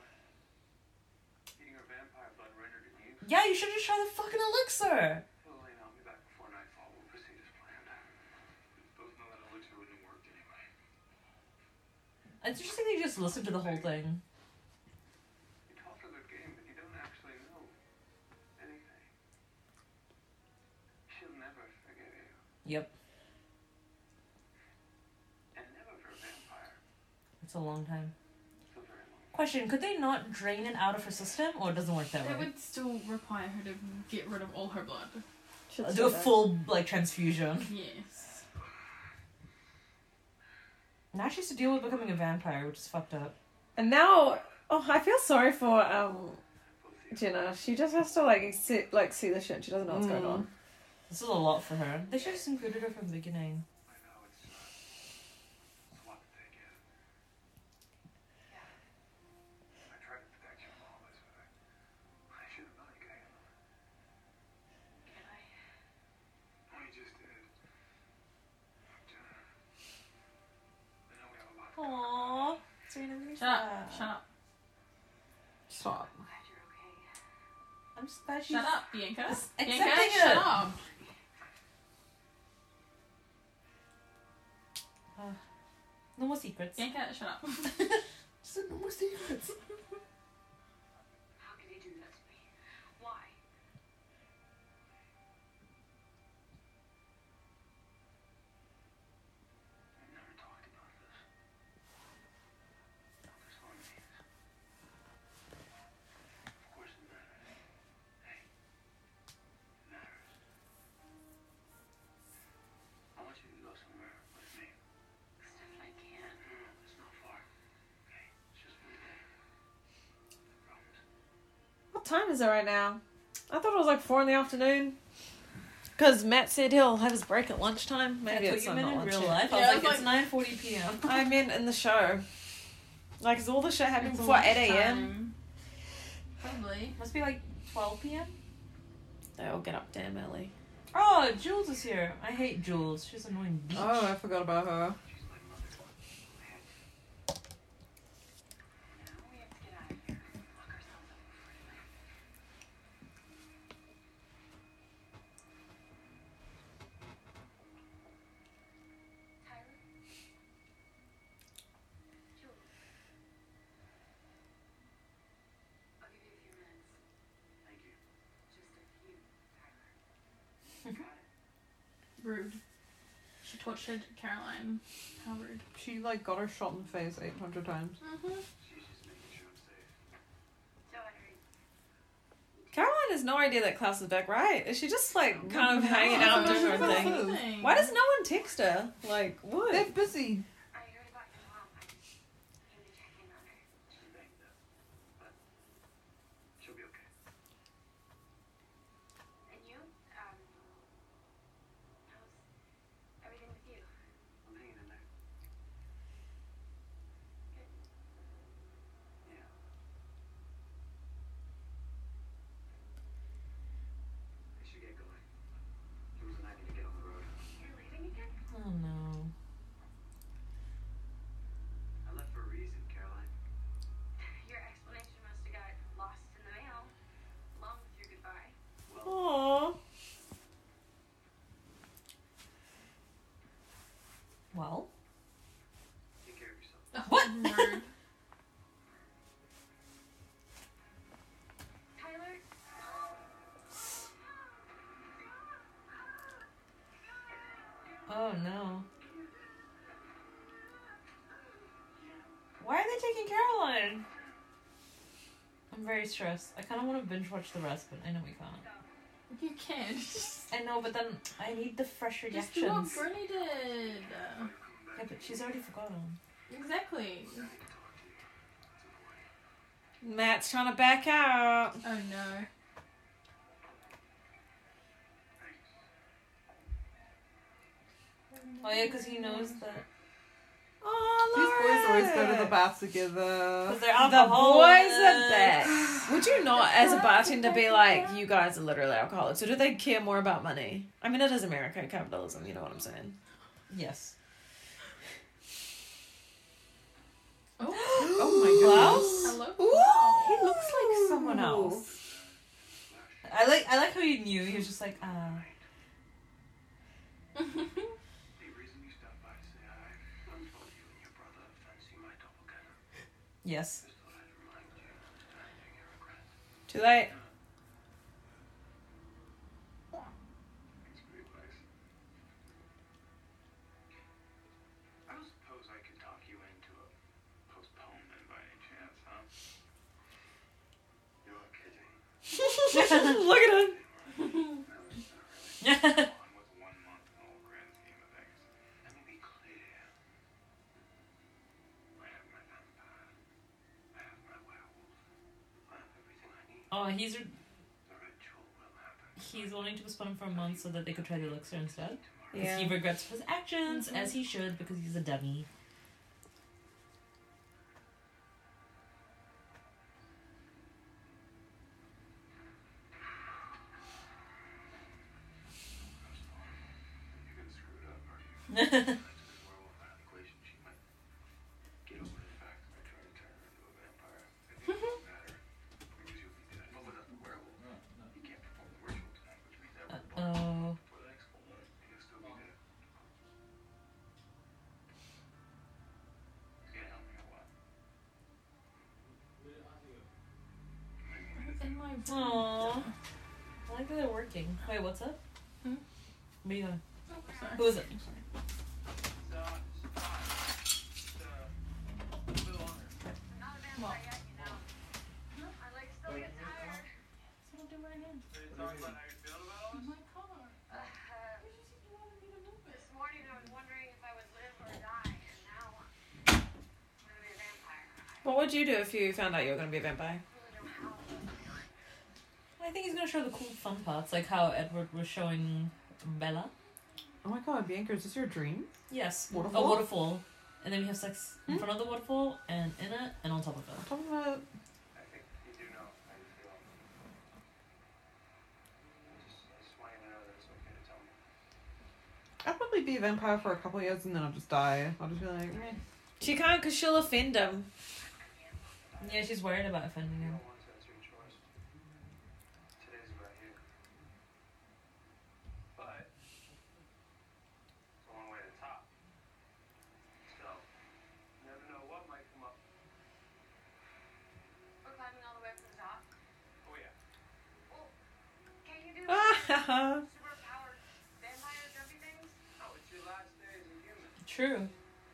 S5: Eating her vampire blood rendered immune.
S1: Yeah, you should just try the fucking elixir.
S5: Well, Elaine, I'll be back before nightfall. We'll proceed as planned. We both know that elixir wouldn't have worked anyway.
S1: It's interesting that you just listen to the whole thing.
S5: You talk a good game, but you don't actually know anything. She'll never forgive you.
S1: Yep,
S5: And never for a vampire.
S1: it's a long time.
S5: So very long.
S1: Question: Could they not drain it out of her system, or it doesn't work that
S3: It
S1: way?
S3: would still require her to get rid of all her blood.
S1: Uh, Do a full like transfusion.
S3: Yes.
S1: Now she has to deal with becoming a vampire, which is fucked up.
S4: And now, oh, I feel sorry for um Jenna. She just has to like sit, like see the shit. She doesn't know what's going on.
S1: Mm. This is a lot for her. They should have just included her from the beginning.
S5: I know it's, uh, it's a lot to take in. I tried to protect you from all this, but I, I should have known you could handle it.
S6: Can I?
S5: Well, you just did. Jenna, I know we have a lot.
S1: Aww. Uh,
S3: Shut up. Shut up.
S2: Stop.
S6: I'm glad you're okay.
S1: I'm just glad she's
S3: Shut up, Bianca.
S1: accepting
S3: Bianca,
S1: it.
S3: shut up.
S1: No more secrets.
S3: Bianca, shut up.
S2: no more secrets.
S6: How could he do that to me? Why?
S5: We never talked about this. This one means. Of course it matters. Hey, it matters. I want you to go somewhere with me.
S6: Stefan, I can't.
S5: No, no, it's not far. Okay, it's just for the day. Promise.
S4: What time is it right now? I thought it was like four in the afternoon. Because Matt said he'll have his break at lunchtime. Maybe
S1: That's
S4: it's
S1: what
S4: not
S1: you meant in
S4: lunch
S1: real
S4: yet.
S1: life. I was
S3: Yeah,
S1: like,
S3: it's
S1: it's nine forty p.m.
S4: I meant in the show. Like, is all the shit happening before
S3: It's
S4: 8 a.m.?
S3: lunchtime. Probably.
S1: Must be like twelve p.m.
S4: They all get up damn early.
S1: Oh, Jules is here. I hate Jules. She's annoying. bitch.
S2: Oh, I forgot about her.
S5: She's my mother.
S6: Now we have to get out of here. Lock ourselves up before tonight. Tyler? Jules? I'll give you a few minutes.
S5: Thank you.
S6: Just a few, Tyler.
S3: Rude. She tortured Caroline. How rude.
S2: She like got her shot in the face eight hundred times.
S1: Hmm.
S5: She's just making sure I'm safe.
S6: Sorry.
S4: Caroline has no idea that class is back, right? Is she just like kind of hanging out doing her thing?
S3: Nothing.
S4: Why does no one text her? Like, what?
S2: They're busy.
S6: I heard about your mom. I just need to check in on her.
S5: She's banged up. But she'll be okay.
S6: And you? Um, how's everything with you?
S5: I'm hanging in there. Yeah. I should get going. Jules and I need to get on the road.
S6: You're leaving again?
S1: Oh no.
S5: I left for a reason, Caroline.
S6: Your explanation must have got lost in the mail, along with your goodbye.
S4: Aww.
S1: Well,
S5: Take care of yourself.
S3: What? Rude.
S6: Tyler?
S1: oh no. Why are they taking Caroline? I'm very stressed. I kind of want to binge watch the rest, but I know we can't.
S3: You can. Just
S1: I know, but then I need the fresh
S3: just do what
S1: reactions.
S3: Bernie did.
S1: Yeah, but she's already forgotten.
S3: Exactly.
S4: Matt's trying to back out.
S3: Oh no.
S1: Oh yeah, because he knows that.
S4: Oh,
S2: These boys always go to the
S4: Laura.
S2: bath together.
S1: Because they're
S4: The boys are
S1: alcoholics.
S4: back. Would you not, as a bartender, be like, you guys are literally alcoholics? Or do they care more about money? I mean, it is America, capitalism, you know what I'm saying?
S1: Yes.
S2: Oh
S1: Klaus?
S3: Oh. Hello?
S1: He looks like someone else. I like I like how he knew. He was just like, uh
S5: The reason you stopped by to say hi, I'm told you and your brother fancy my doppelganger.
S1: yes.
S5: Just thought I'd remind you that I'm doing your regret.
S7: Too late.
S5: It's pretty nice. I don't suppose I could talk you into a postponement by any chance, huh? You're kidding.
S7: Look at him.
S5: On with uh, one month in the whole grand scheme of things. Let me be clear. I have my vampire. I have my werewolf. I have everything I need.
S1: Oh, he's
S5: The ritual will happen
S1: he's wanting to postpone for a month so that they could try the elixir instead.
S5: tomorrow.
S1: 'Cause He regrets his actions as he should because he's a dummy.
S5: You're gonna screw it up, aren't you? That's the werewolf out of the equation. She might get over the fact that I tried to turn her into a vampire. It doesn't matter. Because you'll be dead. But without the werewolf, you can't perform the ritual tonight, which means I will be born
S1: oh.
S5: before the next full moon. and You'll still be dead. You gonna help me or what?
S3: It's in my room.
S1: Aww. I like that they're working. Wait, what's up?
S3: Hmm?
S1: Where you going?
S3: Oh, sorry.
S1: Who is it?
S5: uh,
S6: Not a vampire yet, you know. I like still get tired.
S3: What do I know? My car.
S6: Uh,
S3: You just you wanted me to move it.
S6: This morning I was wondering if I would live or die, and now I'm gonna be a vampire.
S7: What would you do if you found out you were going to be a vampire?
S6: I really don't know how.
S1: I think he's gonna show the cool fun parts, like how Edward was showing Bella.
S2: Oh my god, Bianca, is this your dream?
S1: Yes.
S2: Waterfall?
S1: A waterfall. Hmm? And then we have sex in front of the waterfall and in it and on top of it.
S2: Talking about
S5: I think you do know how you feel. I just, I just want you to know that it's okay to tell me.
S2: I'll probably be a vampire for a couple of years and then I'll just die. I'll just be like, meh.
S7: She can't because she'll offend him.
S1: Yeah, she's worried about offending
S5: You
S1: him.
S5: don't want to, it's your choice. Today's about you. But it's a long way to the top. So, you never know what might come up.
S6: We're climbing all the way from the top.
S5: Oh, yeah.
S6: Can you do
S7: Ah,
S6: superpowered vampire jumpy things?
S5: Oh, it's your last day as a human.
S1: True.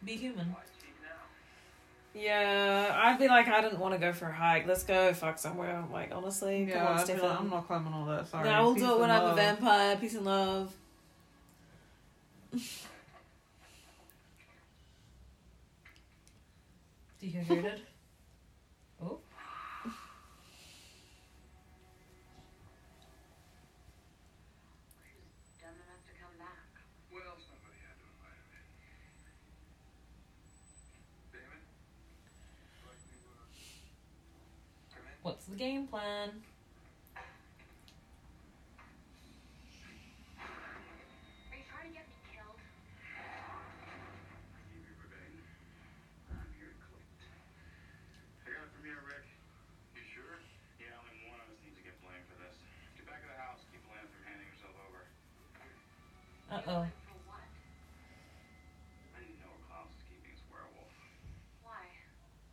S1: Be human.
S5: Why cheat now?
S7: yeah, I'd be like, I didn't want to go for a hike. Let's go fuck somewhere. I'm like, honestly, come
S2: yeah,
S7: on,
S2: I'd be like,
S7: Stefan.
S2: I'm not climbing all that. Sorry.
S7: No, I will
S2: Peace
S7: do it when
S2: and
S7: I'm a
S2: love.
S7: vampire. Peace and love.
S1: Do you hear Gertrude? Oh.
S6: Dumb enough to come back.
S5: Well, somebody had to invite him in. Damon? Would you like to, uh, come in?
S1: What's the game plan?
S6: Are you trying to get me killed?
S5: I gave you revenge. I'm here to collect. I got it from here, Rick. You sure? Yeah, only one of us needs to get blamed for this. Get back to the house. Keep Lana from handing herself over.
S1: Uh oh.
S6: Killed For what?
S5: I didn't know where Klaus was keeping his werewolf.
S6: Why?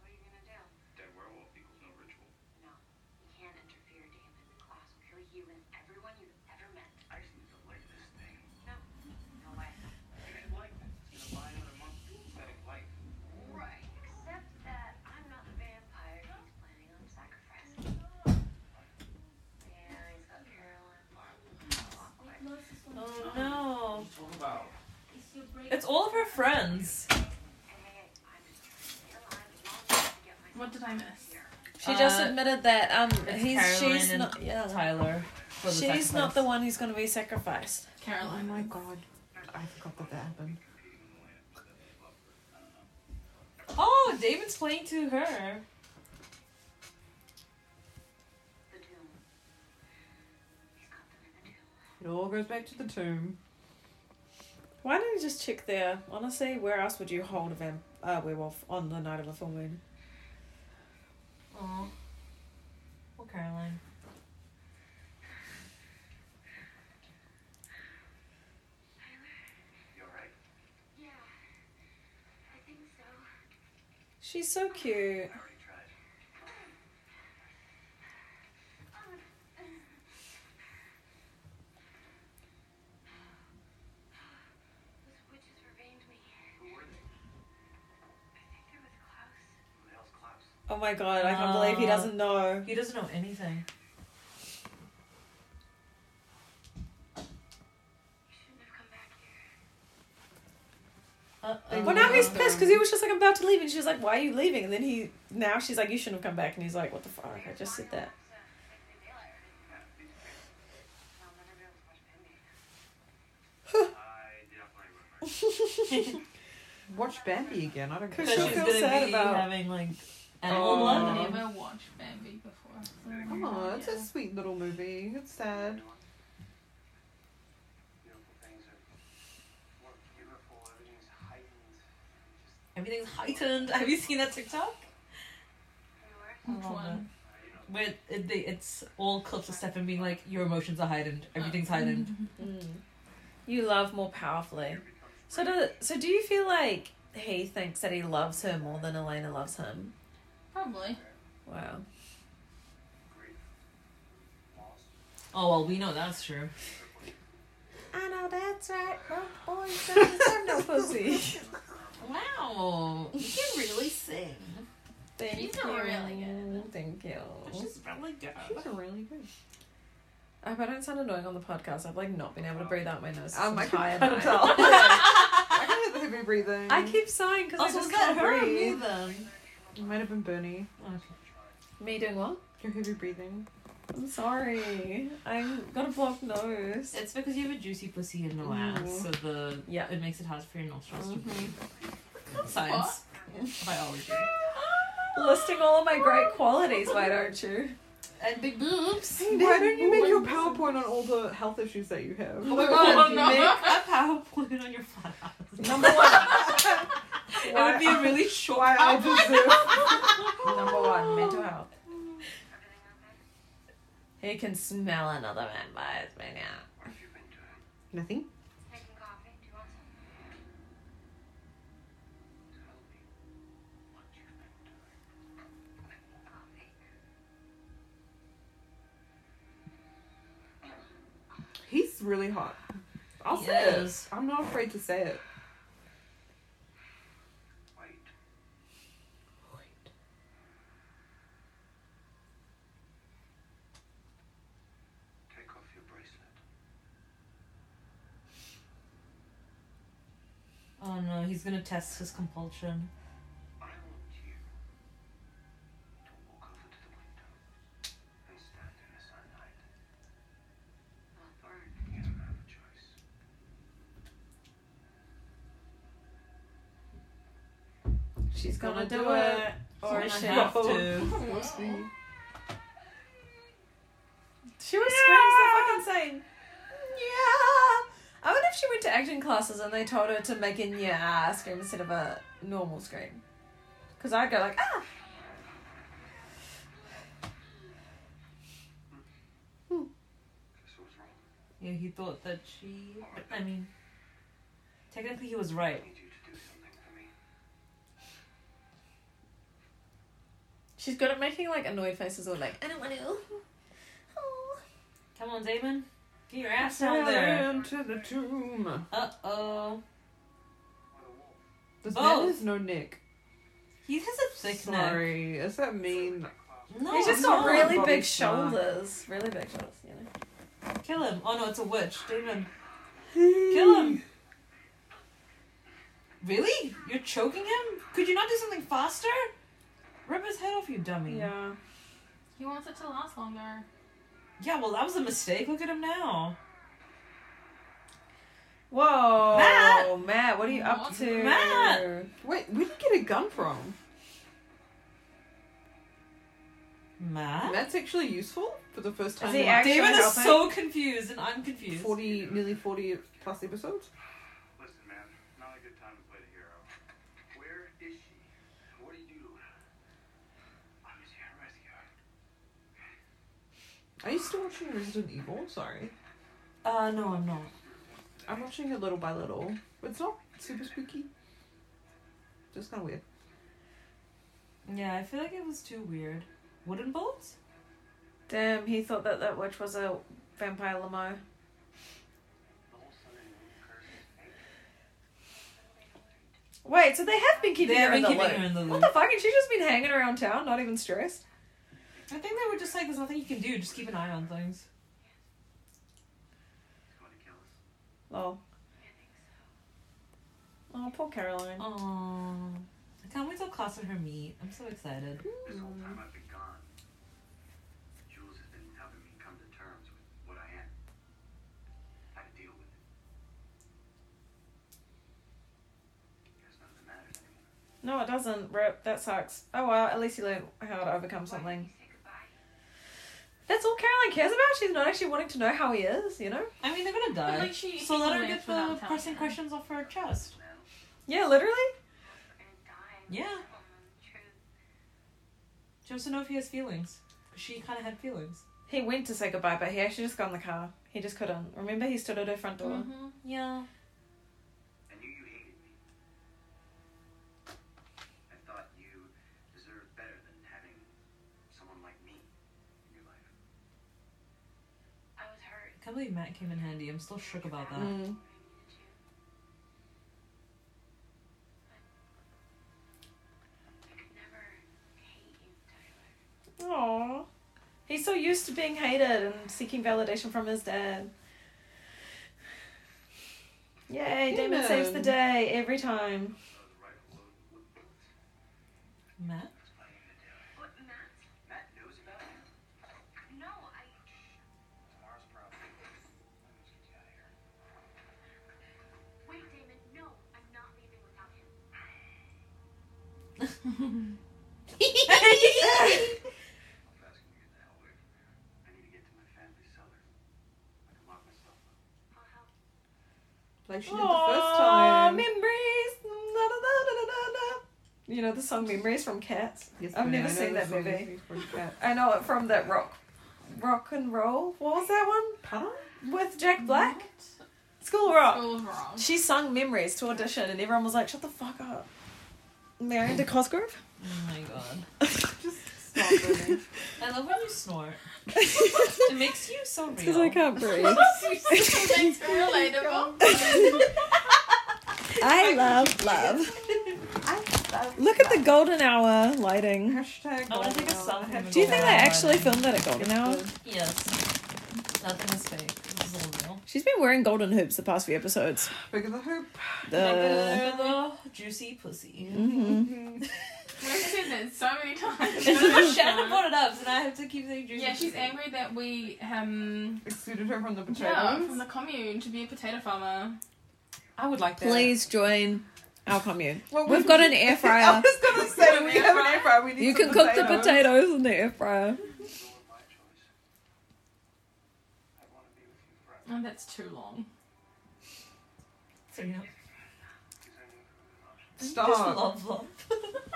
S6: What are you gonna do?
S5: Dead werewolf equals no ritual.
S6: No. You can't interfere, Damon. Class pure human. Everyone you've ever met.
S5: I just need to light this thing.
S6: No. No way.
S5: You should light it. It's gonna buy another month of synthetic life.
S6: Right. Except that I'm not the vampire he's planning on sacrificing. Yeah, he's got Carolyn Awkward.
S1: Oh no.
S8: Talk about
S1: It's all of her friends.
S6: Hey, I'm just trying to get along to get
S3: What
S6: myself
S3: did I miss?
S6: here.
S7: She just
S1: Uh,
S7: admitted that um,
S1: It's
S7: he's
S1: Caroline
S7: she's
S1: and
S7: not yeah,
S1: Tyler. for the
S7: she's
S1: sacrifice.
S7: not the one who's going to be sacrificed.
S2: Oh
S3: Caroline.
S2: my god. I forgot that that happened.
S1: Oh, David's playing to her.
S6: The tomb. He's got them in the tomb.
S2: It all goes back to the tomb.
S7: Why didn't you just check there? Honestly, where else would you hold a vamp- uh, werewolf on the night of a full moon?
S1: Aw. Well, Caroline.
S5: You alright?
S6: Yeah, I think so.
S9: She's so cute.
S5: I already tried.
S6: Those witches revenged me.
S5: Who were they?
S6: I think there was Klaus.
S5: Who the hell's Klaus?
S9: Oh my god, I can't
S1: Oh.
S9: believe he doesn't know.
S1: He doesn't know anything.
S6: You shouldn't have come back here.
S1: Uh,
S2: They
S4: Well, now he's
S2: Yeah.
S4: pissed because he was just like, I'm about to leave. And she was like, Why are you leaving? And then he, now she's like, You shouldn't have come back. And he's like, What the fuck? I just said that.
S6: I'll never be able
S5: I did
S6: to watch Bambi.
S5: not play with her.
S2: Watch Bambi again. I don't care.
S4: Cause she'll
S1: she's
S4: feel
S1: gonna
S4: sad
S1: be
S4: about-
S1: having like
S2: Oh.
S4: Uh,
S1: animal blood.
S3: I've never watched Bambi before.
S2: Oh, it's
S3: Yeah.
S2: a sweet little movie. It's sad.
S5: Beautiful things are more beautiful. Everything's heightened. Just,
S1: Everything's heightened. Have you seen that TikTok? I
S6: You were?
S3: Which
S1: love
S3: one?
S5: uh, you know,
S1: Where it, they, it's all clips of Stefan being like, "Your emotions are heightened. Everything's heightened."
S4: Mm. You love more powerfully.
S5: it becomes
S4: So do, so do you feel like he thinks that he loves her more than Elena loves him?
S3: Probably.
S4: Wow.
S5: great. Lost.
S1: Oh well, we know that's true.
S4: I know that's right. boys don't have no pussy.
S1: Wow, you can really sing.
S4: Thank
S3: She's not
S4: you.
S3: really good.
S4: Thank you.
S1: She's really good.
S2: Those are really good.
S4: I hope I don't sound annoying on the podcast. I've like not been able to breathe out Oh my nose.
S2: Um, I
S4: this
S2: can
S4: entire
S2: kind of
S4: night.
S2: tell. I can hear the heavy breathing.
S4: I keep sighing because I
S1: Also,
S4: just
S1: was that
S4: can't
S1: her or
S4: breathe.
S1: you then?
S2: It might have been Bernie.
S4: Me doing what?
S2: Your heavy breathing.
S4: I'm sorry. I've got a blocked nose.
S1: It's because you have a juicy pussy and no ass, so the
S4: Yeah.
S1: it makes it hard for your nostrils to breathe. Science, biology,
S4: Listing all of my great qualities, why don't you?
S1: and big boobs.
S2: Why don't you make your PowerPoint on all the health issues that you have?
S1: Oh my god, make a PowerPoint on your flat ass.
S4: Number one.
S1: It would be a really short.
S2: Why I deserve.
S4: Number one, mental health. He can smell another man by his man now.
S5: What have you been doing?
S2: Nothing.
S6: Making coffee. Do you want some?
S5: Tell me what you've been doing.
S6: Making coffee.
S2: He's really hot. I'll
S1: He
S2: say
S1: is.
S2: it. I'm not afraid to say it.
S5: Wait. Take off your bracelet.
S1: Oh no, he's gonna test his compulsion.
S5: I want you to walk over to the window and stand in the sunlight.
S6: I'll burn.
S5: You don't have a choice.
S4: She's gonna, do,
S2: do
S4: it.
S2: it.
S4: Or
S1: Gonna
S4: is she?
S1: have
S2: Oh.
S1: to.
S4: She was screams the fucking same. Yeah. I wonder if she went to acting classes and they told her to make a yeah scream instead of a normal scream. Because I'd go like, ah.
S5: Guess what's wrong?
S1: Yeah, he thought that she. I mean, technically he was right.
S5: I need you to do something for me.
S4: She's good at making like annoyed faces or like, I don't Oh. want to.
S1: Come on, Damon, get your ass down there.
S2: Into the tomb.
S1: Uh oh,
S5: By
S2: There's
S5: the wall.
S1: Both.
S2: there's no neck.
S1: he has a thick neck.
S2: Sorry. Does that mean?
S1: No,
S4: He's just
S1: no.
S4: got really
S2: Bobby
S4: big
S2: Smart.
S4: shoulders. Really big shoulders, you know.
S1: Kill him. Oh no, it's a witch, Damon. Kill him. Really? You're choking him? Could you not do something faster? Rip his head off, you dummy.
S4: Yeah.
S3: He wants it to last longer.
S1: Yeah, well, that was a mistake. Look at him now.
S4: Whoa.
S1: Matt!
S4: Matt, what are you up to?
S1: Matt!
S2: Wait, where did you get a gun from?
S1: Matt?
S2: That's actually useful for the first time.
S4: Is he
S2: in,
S4: actually
S1: David is
S4: helping?
S1: so confused, and I'm confused.
S2: Forty, nearly forty plus episodes.
S5: Listen, man, not a good time to play the hero. Where is she? What do you do to her? I
S2: Are you
S5: was here to rescue
S2: still watching Resident Evil? Sorry.
S1: Uh, no, I'm not.
S2: I'm watching it little by little. It's not super spooky. Just kind of weird.
S1: Yeah, I feel like it was too weird. Wooden bolts?
S4: Damn, he thought that that witch was a vampire limo.
S5: The whole sun and moon curse is fake.
S4: Wait, so they have been keeping
S1: They
S4: her
S1: have been
S4: in the
S1: keeping
S4: loop.
S1: her in the
S4: What
S1: loop.
S4: the fuck? And she's just been hanging around town, not even stressed.
S1: I think they were just like, there's nothing you can do, just keep an eye on things.
S5: It's going to kill us.
S4: Lol. Oh, poor Caroline.
S1: Aww. I can't wait till class and her meet. I'm so excited.
S5: This whole time I've been gone, Jules has been helping me come to terms with what I am, how to deal with it. Guess none of it matters anymore.
S4: No, it doesn't. Rip. That sucks. Oh well, at least you learned how to overcome
S6: Why didn't
S4: something.
S6: you say goodbye?
S4: That's all Caroline cares about. She's not actually wanting to know how he is, you know?
S1: I mean, they're gonna die.
S3: But, like, she-
S1: so
S3: she
S1: let her
S3: lived without
S1: get the
S3: telling
S1: pressing
S3: her.
S1: questions off her chest.
S4: Yeah, literally.
S6: And dying
S1: Yeah.
S6: from truth.
S1: She wants to know if he has feelings. 'Cause She kind of had feelings.
S4: He went to say goodbye, but he actually just got in the car. He just couldn't. Remember, he stood at her front door.
S1: Yeah.
S5: I knew you hated me. I thought you deserved better than having someone like me in your life.
S6: I was hurt.
S1: I can't believe Matt came in handy. I'm still shook about
S2: Ah.
S1: that.
S4: Mm.
S6: I needed you. But I could never hate you,
S4: Aww.
S6: Tyler.
S4: He's so used to being hated and seeking validation from his dad. Yay, Damon
S2: Damon.
S4: saves the day every time.
S5: Oh, the rifle loaded with wooden bullets.
S1: Matt?
S5: That's what I'm gonna do.
S6: What, Matt?
S5: Matt knows about it.
S6: No, I.
S5: Tomorrow's problem. Let me get you out of here.
S6: Wait, Damon. No, I'm not leaving without him.
S5: How fast can you get the hell away from here? I need to get to my family cellar. I can lock myself up.
S6: I'll help.
S2: Like she did the first
S4: Aww,
S2: time.
S4: memories. Na-da-da-da-da-da-da. You know the song Memories from Cats?
S2: Yes,
S4: I've
S2: Renee,
S4: never
S2: I know
S4: seen
S2: this
S4: that
S2: one.
S4: movie.
S2: From Cat.
S4: I know it from that rock, rock and roll. What was that one
S2: Pardon?
S4: with Jack Black? School Rock.
S3: School of wrong.
S4: She sung Memories to audition, and everyone was like, "Shut the fuck up." Marion de Cosgrove.
S1: Oh my god.
S2: Just stop Renee.
S1: I love when you snort. It makes you so real.
S4: Because I can't breathe.
S3: Makes her relatable.
S4: I love love. Look at the golden hour lighting.
S2: Hashtag.
S1: I wanna take a
S2: Golden
S1: selfie
S2: Hour.
S1: with
S4: Do you think
S1: golden
S4: they
S1: hour
S4: actually
S1: lighting.
S4: filmed that at golden hour?
S1: Yes. Nothing is fake. This is all real.
S4: She's been wearing golden hoops the past few episodes.
S2: Big of the hoop.
S3: Uh.
S4: The-
S1: Remember uh, the juicy pussy.
S4: Mhm.
S3: We've seen that so many times.
S1: Shannon brought it up, and I have to keep saying juicy.
S3: yeah, she's
S1: pussy.
S3: angry that we um
S2: Excluded her from the potatoes.
S3: yeah, from the commune to be a potato farmer.
S1: I would like that.
S4: Please join our commune.
S2: Well,
S4: We've got an air
S2: I
S4: fryer.
S2: was gonna say we have an air fryer. We need
S4: You
S2: some
S4: can cook the
S2: potatoes.
S4: potatoes in the air fryer.
S5: It's all my choice. I want to be with you forever.
S3: Oh, that's too long.
S1: So, you know,
S5: Is there any other option?
S1: just
S2: Stop.
S1: love, love.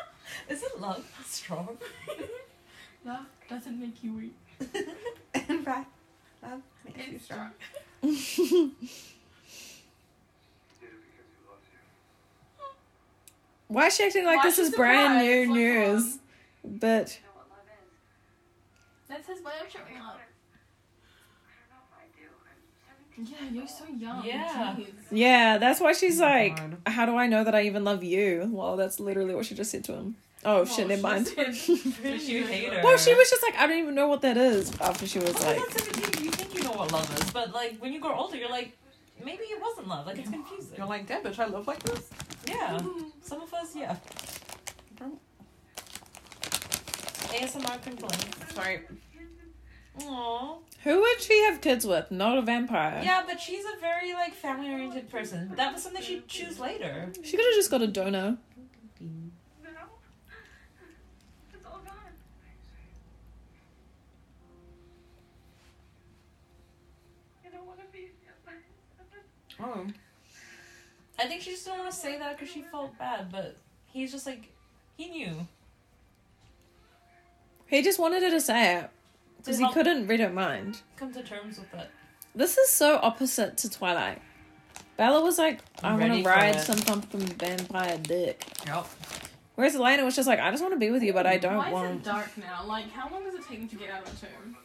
S1: Isn't love strong?
S3: Love doesn't make you weak.
S2: In fact, love makes you
S3: It's
S2: strong.
S3: strong.
S5: You did it because he loves you.
S4: Why is she acting like
S3: Why
S4: this
S3: she
S4: is brand
S3: surprised?
S4: new
S3: What's
S4: news? But
S6: You know what love is.
S3: That's his way of showing up.
S6: I don't know if I do. I'm 17.
S3: Yeah, you're so young.
S1: Yeah.
S3: Jeez.
S4: yeah, that's why she's like,
S2: God.
S4: how do I know that I even love you? Well, that's literally what she just said to him. Oh, shit, never mind.
S1: you hate her.
S4: Well, she was just like, I don't even know what that is. After she was
S1: Well,
S4: like,
S1: at 17, you think you know what love is, but like when you grow older, you're like, maybe it wasn't love. Like it's confusing.
S2: You're like, damn bitch, I love like this.
S1: Yeah. Some of us, yeah. ASMR complaints.
S2: Sorry.
S1: Aww.
S4: who would she have kids with? Not a vampire.
S1: Yeah, but she's a very like family oriented person. That was something she'd choose later.
S4: She could have just got a donor.
S6: No. It's all gone. I don't want to be.
S2: Oh.
S1: I think she just didn't want to say that because she felt bad, but he's just like, he knew.
S4: He just wanted her to say it. Because
S1: To
S4: he
S1: help
S4: couldn't read her mind.
S1: come to terms with it.
S4: This is so opposite to Twilight. Bella was like, I
S1: I'm
S4: want
S1: ready
S4: to
S1: for
S4: ride
S1: it."
S4: some fucking vampire dick.
S1: Yep.
S4: Whereas Elena was just like, I just want to be with you, but I
S3: Why
S4: don't
S3: is it
S4: want.
S3: dark now? Like, how long does it take him to get out of the tomb?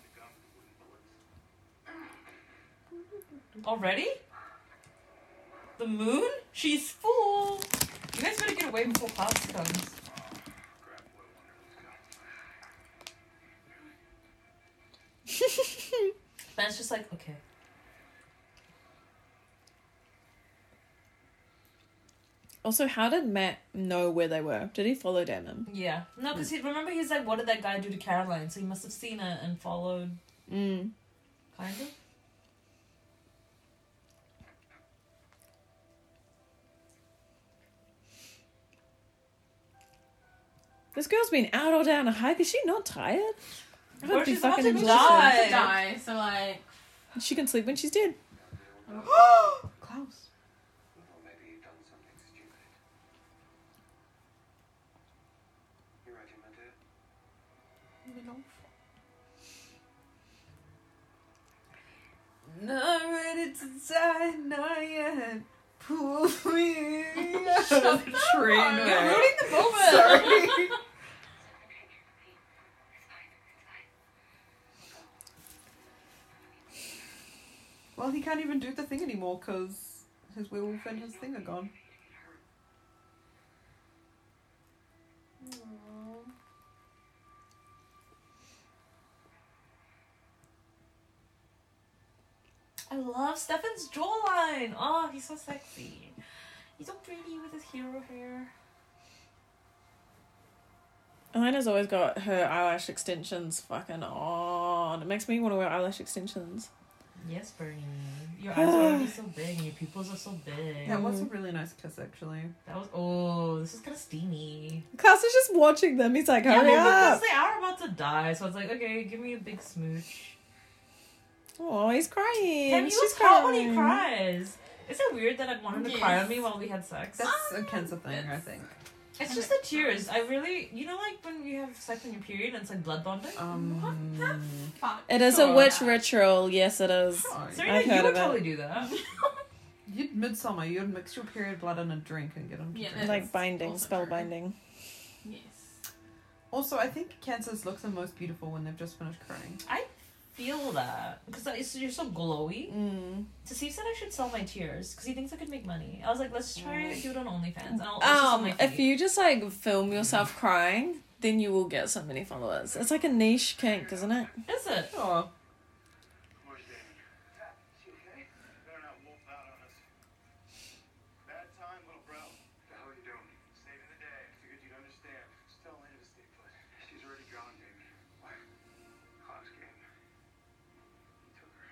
S1: Already? The moon? She's full. You guys better get away before Klaus comes. Ben's just like, okay.
S4: also, how did Matt know where they were? Did he follow Damon?
S1: Yeah. No, because he, remember he's like, what did that guy do to Caroline? So he must have seen it and followed,
S4: Mm.
S1: kind of.
S4: This girl's been out all day on a hike. Is she not tired? I
S1: Or
S4: would be
S1: she's about
S4: fucking
S1: to
S4: exhausted.
S1: die.
S3: She to die, so like.
S4: She can sleep when she's dead.
S2: Oh.
S1: Klaus.
S5: Or maybe you've done something stupid. You're right, you meant it.
S2: Not ready to die, not yet. Pull me. Train
S1: You're
S2: wreck.
S1: ruining the moment.
S2: Sorry. well, he can't even do the thing anymore because his werewolf and his thing are gone.
S1: I love Stefan's jawline. Oh, he's so sexy. He's so pretty with his hero hair.
S4: Elena's always got her eyelash extensions fucking on. It makes me want to wear eyelash extensions.
S1: Yes, Bernie. Your eyes are already so big and your pupils are so big.
S2: That was a really nice kiss, actually.
S1: That was oh, this is kind of steamy.
S4: Klaus is just watching them. He's like, hurry
S1: because
S4: up.
S1: they are about to die, so it's like, okay, give me a big smooch.
S4: Oh, he's crying.
S1: Damn, he
S4: She's
S1: was caught when he
S4: crying.
S1: cries. Is it weird that I'd want him to cry on me
S3: Yes.
S1: while we had sex? Ah,
S2: That's a cancer thing, I think.
S1: It's just the tears. I really, you know, like when you have sex on your period and it's like blood bonding.
S2: Um,
S3: Fuck.
S4: It is a
S1: Oh,
S3: God.
S4: witch ritual. Yes, it is.
S2: sorry.
S1: Serena,
S4: I've heard
S1: you would
S4: of it.
S1: totally do that.
S2: You'd midsummer, you'd mix your period blood in a drink and get him to
S3: Yeah,
S2: drink.
S4: Like
S3: That's
S4: binding,
S3: also
S4: spell
S3: true.
S4: binding.
S3: Yes.
S2: Also, I think cancers look the most beautiful when they've just finished crying.
S1: Feel that because you're so glowy.
S4: Mm.
S1: So Steve said I should sell my tears because he thinks I could make money. I was like, let's try and do it on OnlyFans. And I'll, I'll just sell
S4: Um,
S1: my
S4: if
S1: feet.
S4: you just like film yourself crying, then you will get so many followers. It's like a niche kink, isn't it?
S1: Is it?
S2: Sure.
S5: Where's Damon? She okay? Better not wolf out on us. Bad time, little bro. The hell are you doing? Saving the day. Figured you'd understand. Still in to stay put. She's already gone, Damon. What? Klaus came. He took her.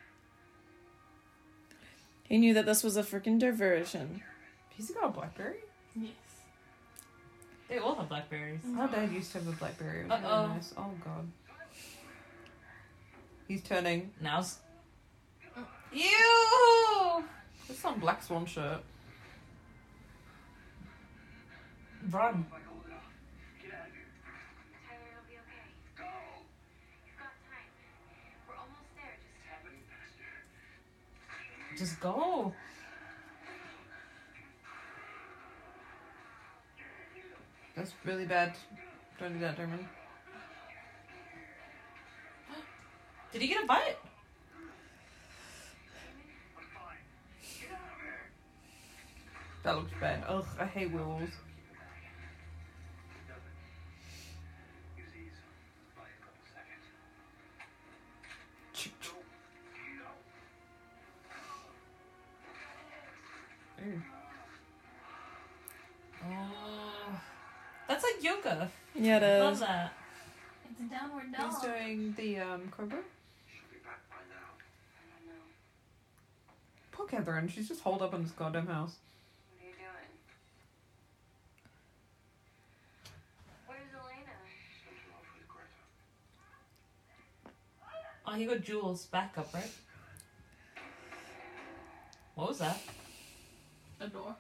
S4: He knew that this was a freaking diversion.
S2: He's got a blackberry?
S3: Yes.
S1: They all have blackberries.
S2: My dad used to have a blackberry. It was
S1: Uh-oh.
S2: really nice. Oh, God. He's turning.
S1: Now. Ew!
S2: That's some black swan shirt.
S1: Run.
S5: Like, hold it off. Get out of here.
S6: Tyler, it'll be okay.
S5: Go!
S6: You've got time. We're almost there. Just
S5: It's happening, Pastor.
S1: Just go.
S2: That's really bad. Don't do that, Derman.
S1: Did he get a bite?
S5: But fine. Get out of here!
S2: That looks bad. Ugh, I hate werewolves.
S5: He doesn't. Use these. Buy a couple seconds.
S2: Ch- ch-
S5: Go. Go.
S2: ew.
S1: Oh. That's like yoga.
S4: Yeah, it
S1: Love
S4: is.
S1: that.
S3: It's a downward dog.
S2: He's doing the um, cobra.
S5: Should be back by now.
S6: I don't know.
S2: Poor Catherine, she's just holed up in this goddamn house.
S6: What are you doing? Where's Elena?
S5: Something off with Greta.
S1: Oh, he got Jules back up, right? What was that?
S3: A door.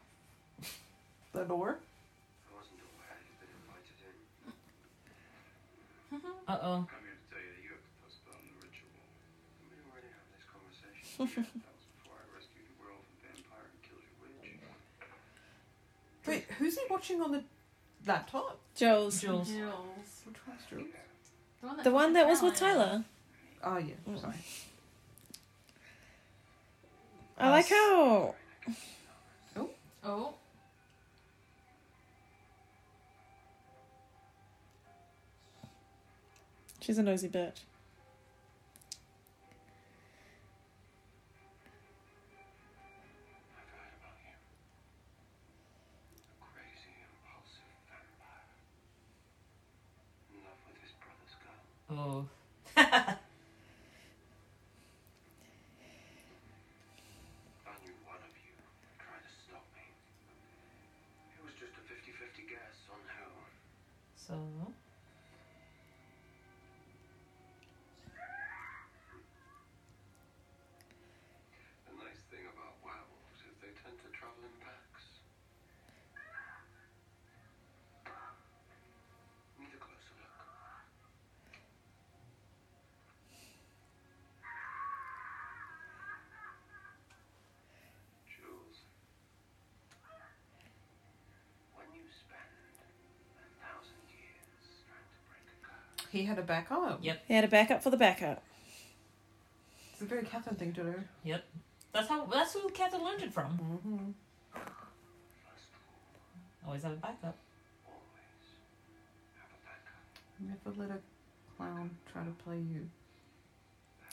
S2: The door?
S5: I wasn't aware you'd been invited in.
S1: Uh oh.
S5: I'm here to tell you that you have to postpone the that was before I rescued the world from vampire and killed your witch.
S2: Wait, who's he watching on the laptop?
S4: Joel's.
S1: Jules.
S2: Which one's Jules?
S4: The one that was with Tyler.
S2: Oh yeah, sorry.
S4: I like how.
S3: Oh.
S4: She's a nosy bitch.
S5: I forgot about you. A crazy, impulsive vampire. In love with his brother's girl.
S1: Oh.
S5: I knew one of you would try to stop me. It was just a 50-50 guess on who.
S1: So.
S5: The nice thing about werewolves is they tend to travel in packs. Need a closer look. Jules, when you spend a thousand years trying to break a curse,
S2: He had a back arm.
S1: Yep.
S4: He had a backup for the backup.
S2: It's a very Catherine thing to do.
S1: Yep. That's how. That's who Catherine learned it from.
S2: Mm-hmm.
S5: first rule,
S1: Always have a backup.
S5: always have a backup.
S2: Never let a clown try to play you.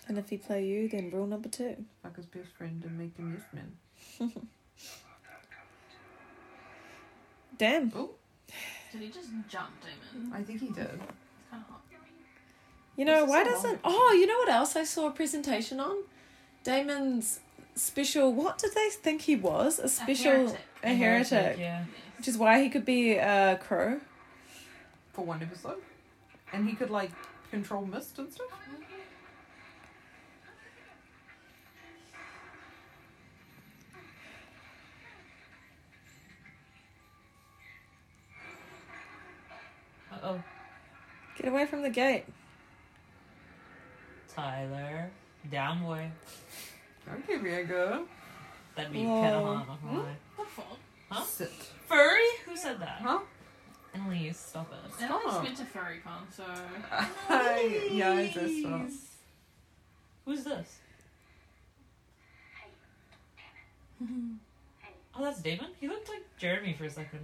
S4: And if he play you, then rule number two.
S2: Fuck his best friend and make them yes men.
S5: About that covered too.
S4: Damn.
S2: Oh,
S3: Did he just jump, Damon?
S2: I think he did.
S3: It's kind of hot.
S4: You know,
S2: This is
S4: why
S2: so
S4: doesn't.
S2: long.
S4: Oh, you know what else I saw a presentation on? Damon's special. What did they think he was? A special.
S3: heretic.
S4: A heretic.
S1: Yeah.
S4: Which is why he could be a crow.
S2: For one episode. And he could like control mist and stuff.
S1: Uh oh.
S4: Get away from the gate.
S1: Tyler. Down boy.
S2: Okay, we go.
S1: That'd be
S4: Whoa.
S1: kind of hot. not gonna lie.
S3: What the fuck?
S1: Huh?
S2: Sit.
S1: Furry? Who said that?
S2: Huh?
S1: Annalise, stop it.
S3: And I just
S2: Stop.
S3: went to FurryCon, so.
S2: I, yeah, I dressed up.
S1: Annalise. Who's this? Oh, that's Damon? He looked like Jeremy for a second.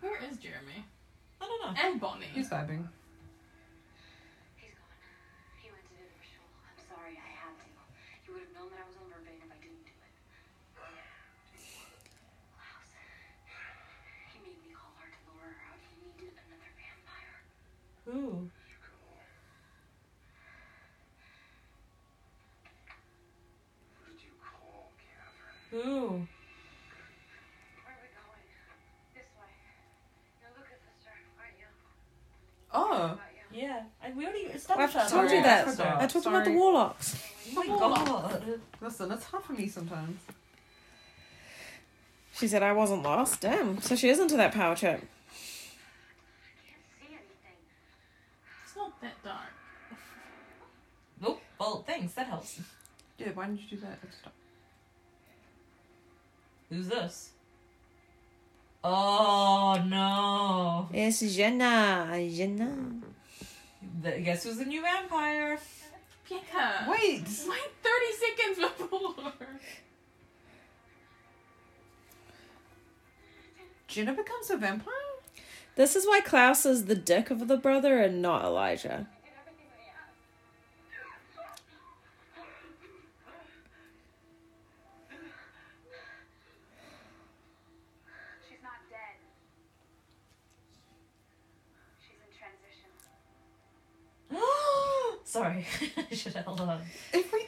S3: Where is Jeremy?
S1: I don't know.
S3: And Bonnie.
S2: He's vibing.
S6: He's gone. He went to do the ritual. I'm sorry, I had to. You would have known that I was on Verbatim if I didn't do it. Klaus. He made me call her to lure her out. He needed another vampire.
S1: Who?
S5: What did you call Catherine?
S1: Who?
S6: Where are we going? This way. You're looking for stuff, aren't
S2: Oh.
S6: you? About you.
S1: Yeah. I, we already
S4: I've
S1: established that.
S4: told you
S1: already.
S4: that.
S1: Stop.
S4: I talked about the
S2: Sorry.
S4: warlocks.
S1: Oh my god.
S2: Listen, it's hard for me sometimes.
S4: She said I wasn't lost. Damn. So she is into that power trip.
S6: I can't see anything.
S3: It's not that dark.
S1: Nope. Well, thanks. That helps.
S2: Yeah, why didn't you do that? It's not-
S1: Who's this? Oh no.
S4: It's Jenna. Jenna.
S1: Th- Guess who's the new vampire?
S3: Yeah.
S2: Wait!
S3: Wait 30 seconds before.
S2: Jenna becomes a vampire?
S4: This is why Klaus is the dick of the brother and not Elijah.
S6: She's not dead. She's in transition.
S1: Sorry. I should have held on.
S2: Every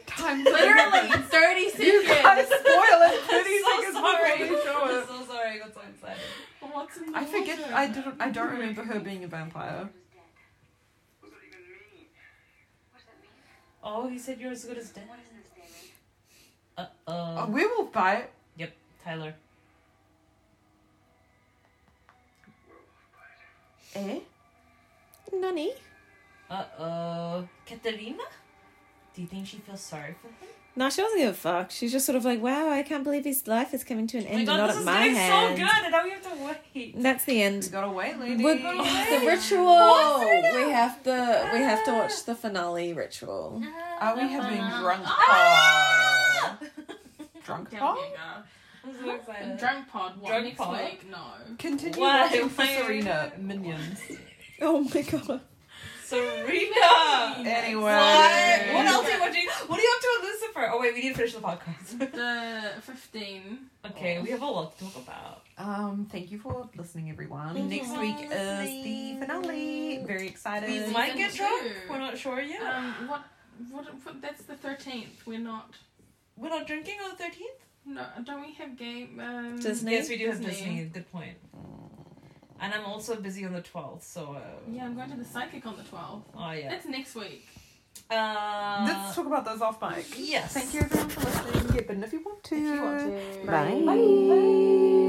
S2: time.
S3: Literally 30
S2: I
S3: seconds.
S2: spoil it 30
S1: I'm
S2: seconds
S1: so
S2: before
S1: sorry.
S2: you show
S1: I'm
S2: it.
S1: so sorry. I got so excited.
S3: What's in the
S2: I forget.
S3: water?
S2: I don't. I don't remember her being a vampire.
S6: She
S5: What
S6: was dead.
S5: does that even mean?
S6: What does that mean?
S1: Oh, he said you're as good as dead.
S6: What is this, Damon?
S1: Uh
S2: A
S1: oh.
S2: werewolf bite.
S1: Yep. Tyler.
S2: Eh?
S4: Nani?
S1: Uh oh. Katerina? Do you think she feels sorry for him?
S4: No, she doesn't give a fuck. She's just sort of like, wow, I can't believe his life is coming to an
S1: Oh my
S4: end.
S1: god,
S4: not
S1: this
S4: at
S1: is
S4: my
S1: getting
S4: hand.
S1: so good, and now we have to wait.
S4: That's the end.
S2: gotta wait, lady.
S4: With the ritual, we have the we have to watch the finale ritual.
S2: Are we having drunk Ah! pod? Drunk
S3: Down
S2: pod?
S3: you go.
S1: I'm so excited.
S3: Drunk pod. What,
S1: Drunk
S3: next
S1: pod?
S3: week? No.
S2: Continue
S1: Why?
S2: watching for
S1: Why are we-
S2: Serena Minions.
S4: Oh my god.
S1: Serena!
S2: Anyway.
S1: What? What else are you watching? What are you up to with Lucifer? Oh wait, we need to finish the podcast.
S3: The 15.
S1: okay, we have a lot to talk about.
S2: Um, thank you for listening, everyone.
S4: Thank you
S2: Next
S4: for
S2: week is the finale. Very
S1: We
S2: excited.
S1: might get
S3: Season
S1: drunk.
S3: two.
S1: We're not sure yet.
S3: Um, what, what, what, that's the 13th. We're not.
S1: We're not drinking on the thirteenth.
S3: No, don't we have game? Um,
S4: Disney?
S1: Yes, we do have
S3: Disney.
S1: Disney. Good point. And I'm also busy on the twelfth, so. Uh,
S3: Yeah, I'm going to the psychic on the 12th.
S1: Oh yeah.
S3: That's next week.
S1: Uh,
S2: Let's talk about those off mic.
S1: yes.
S2: Thank you everyone for listening. Get bitten if you want to.
S4: Bye.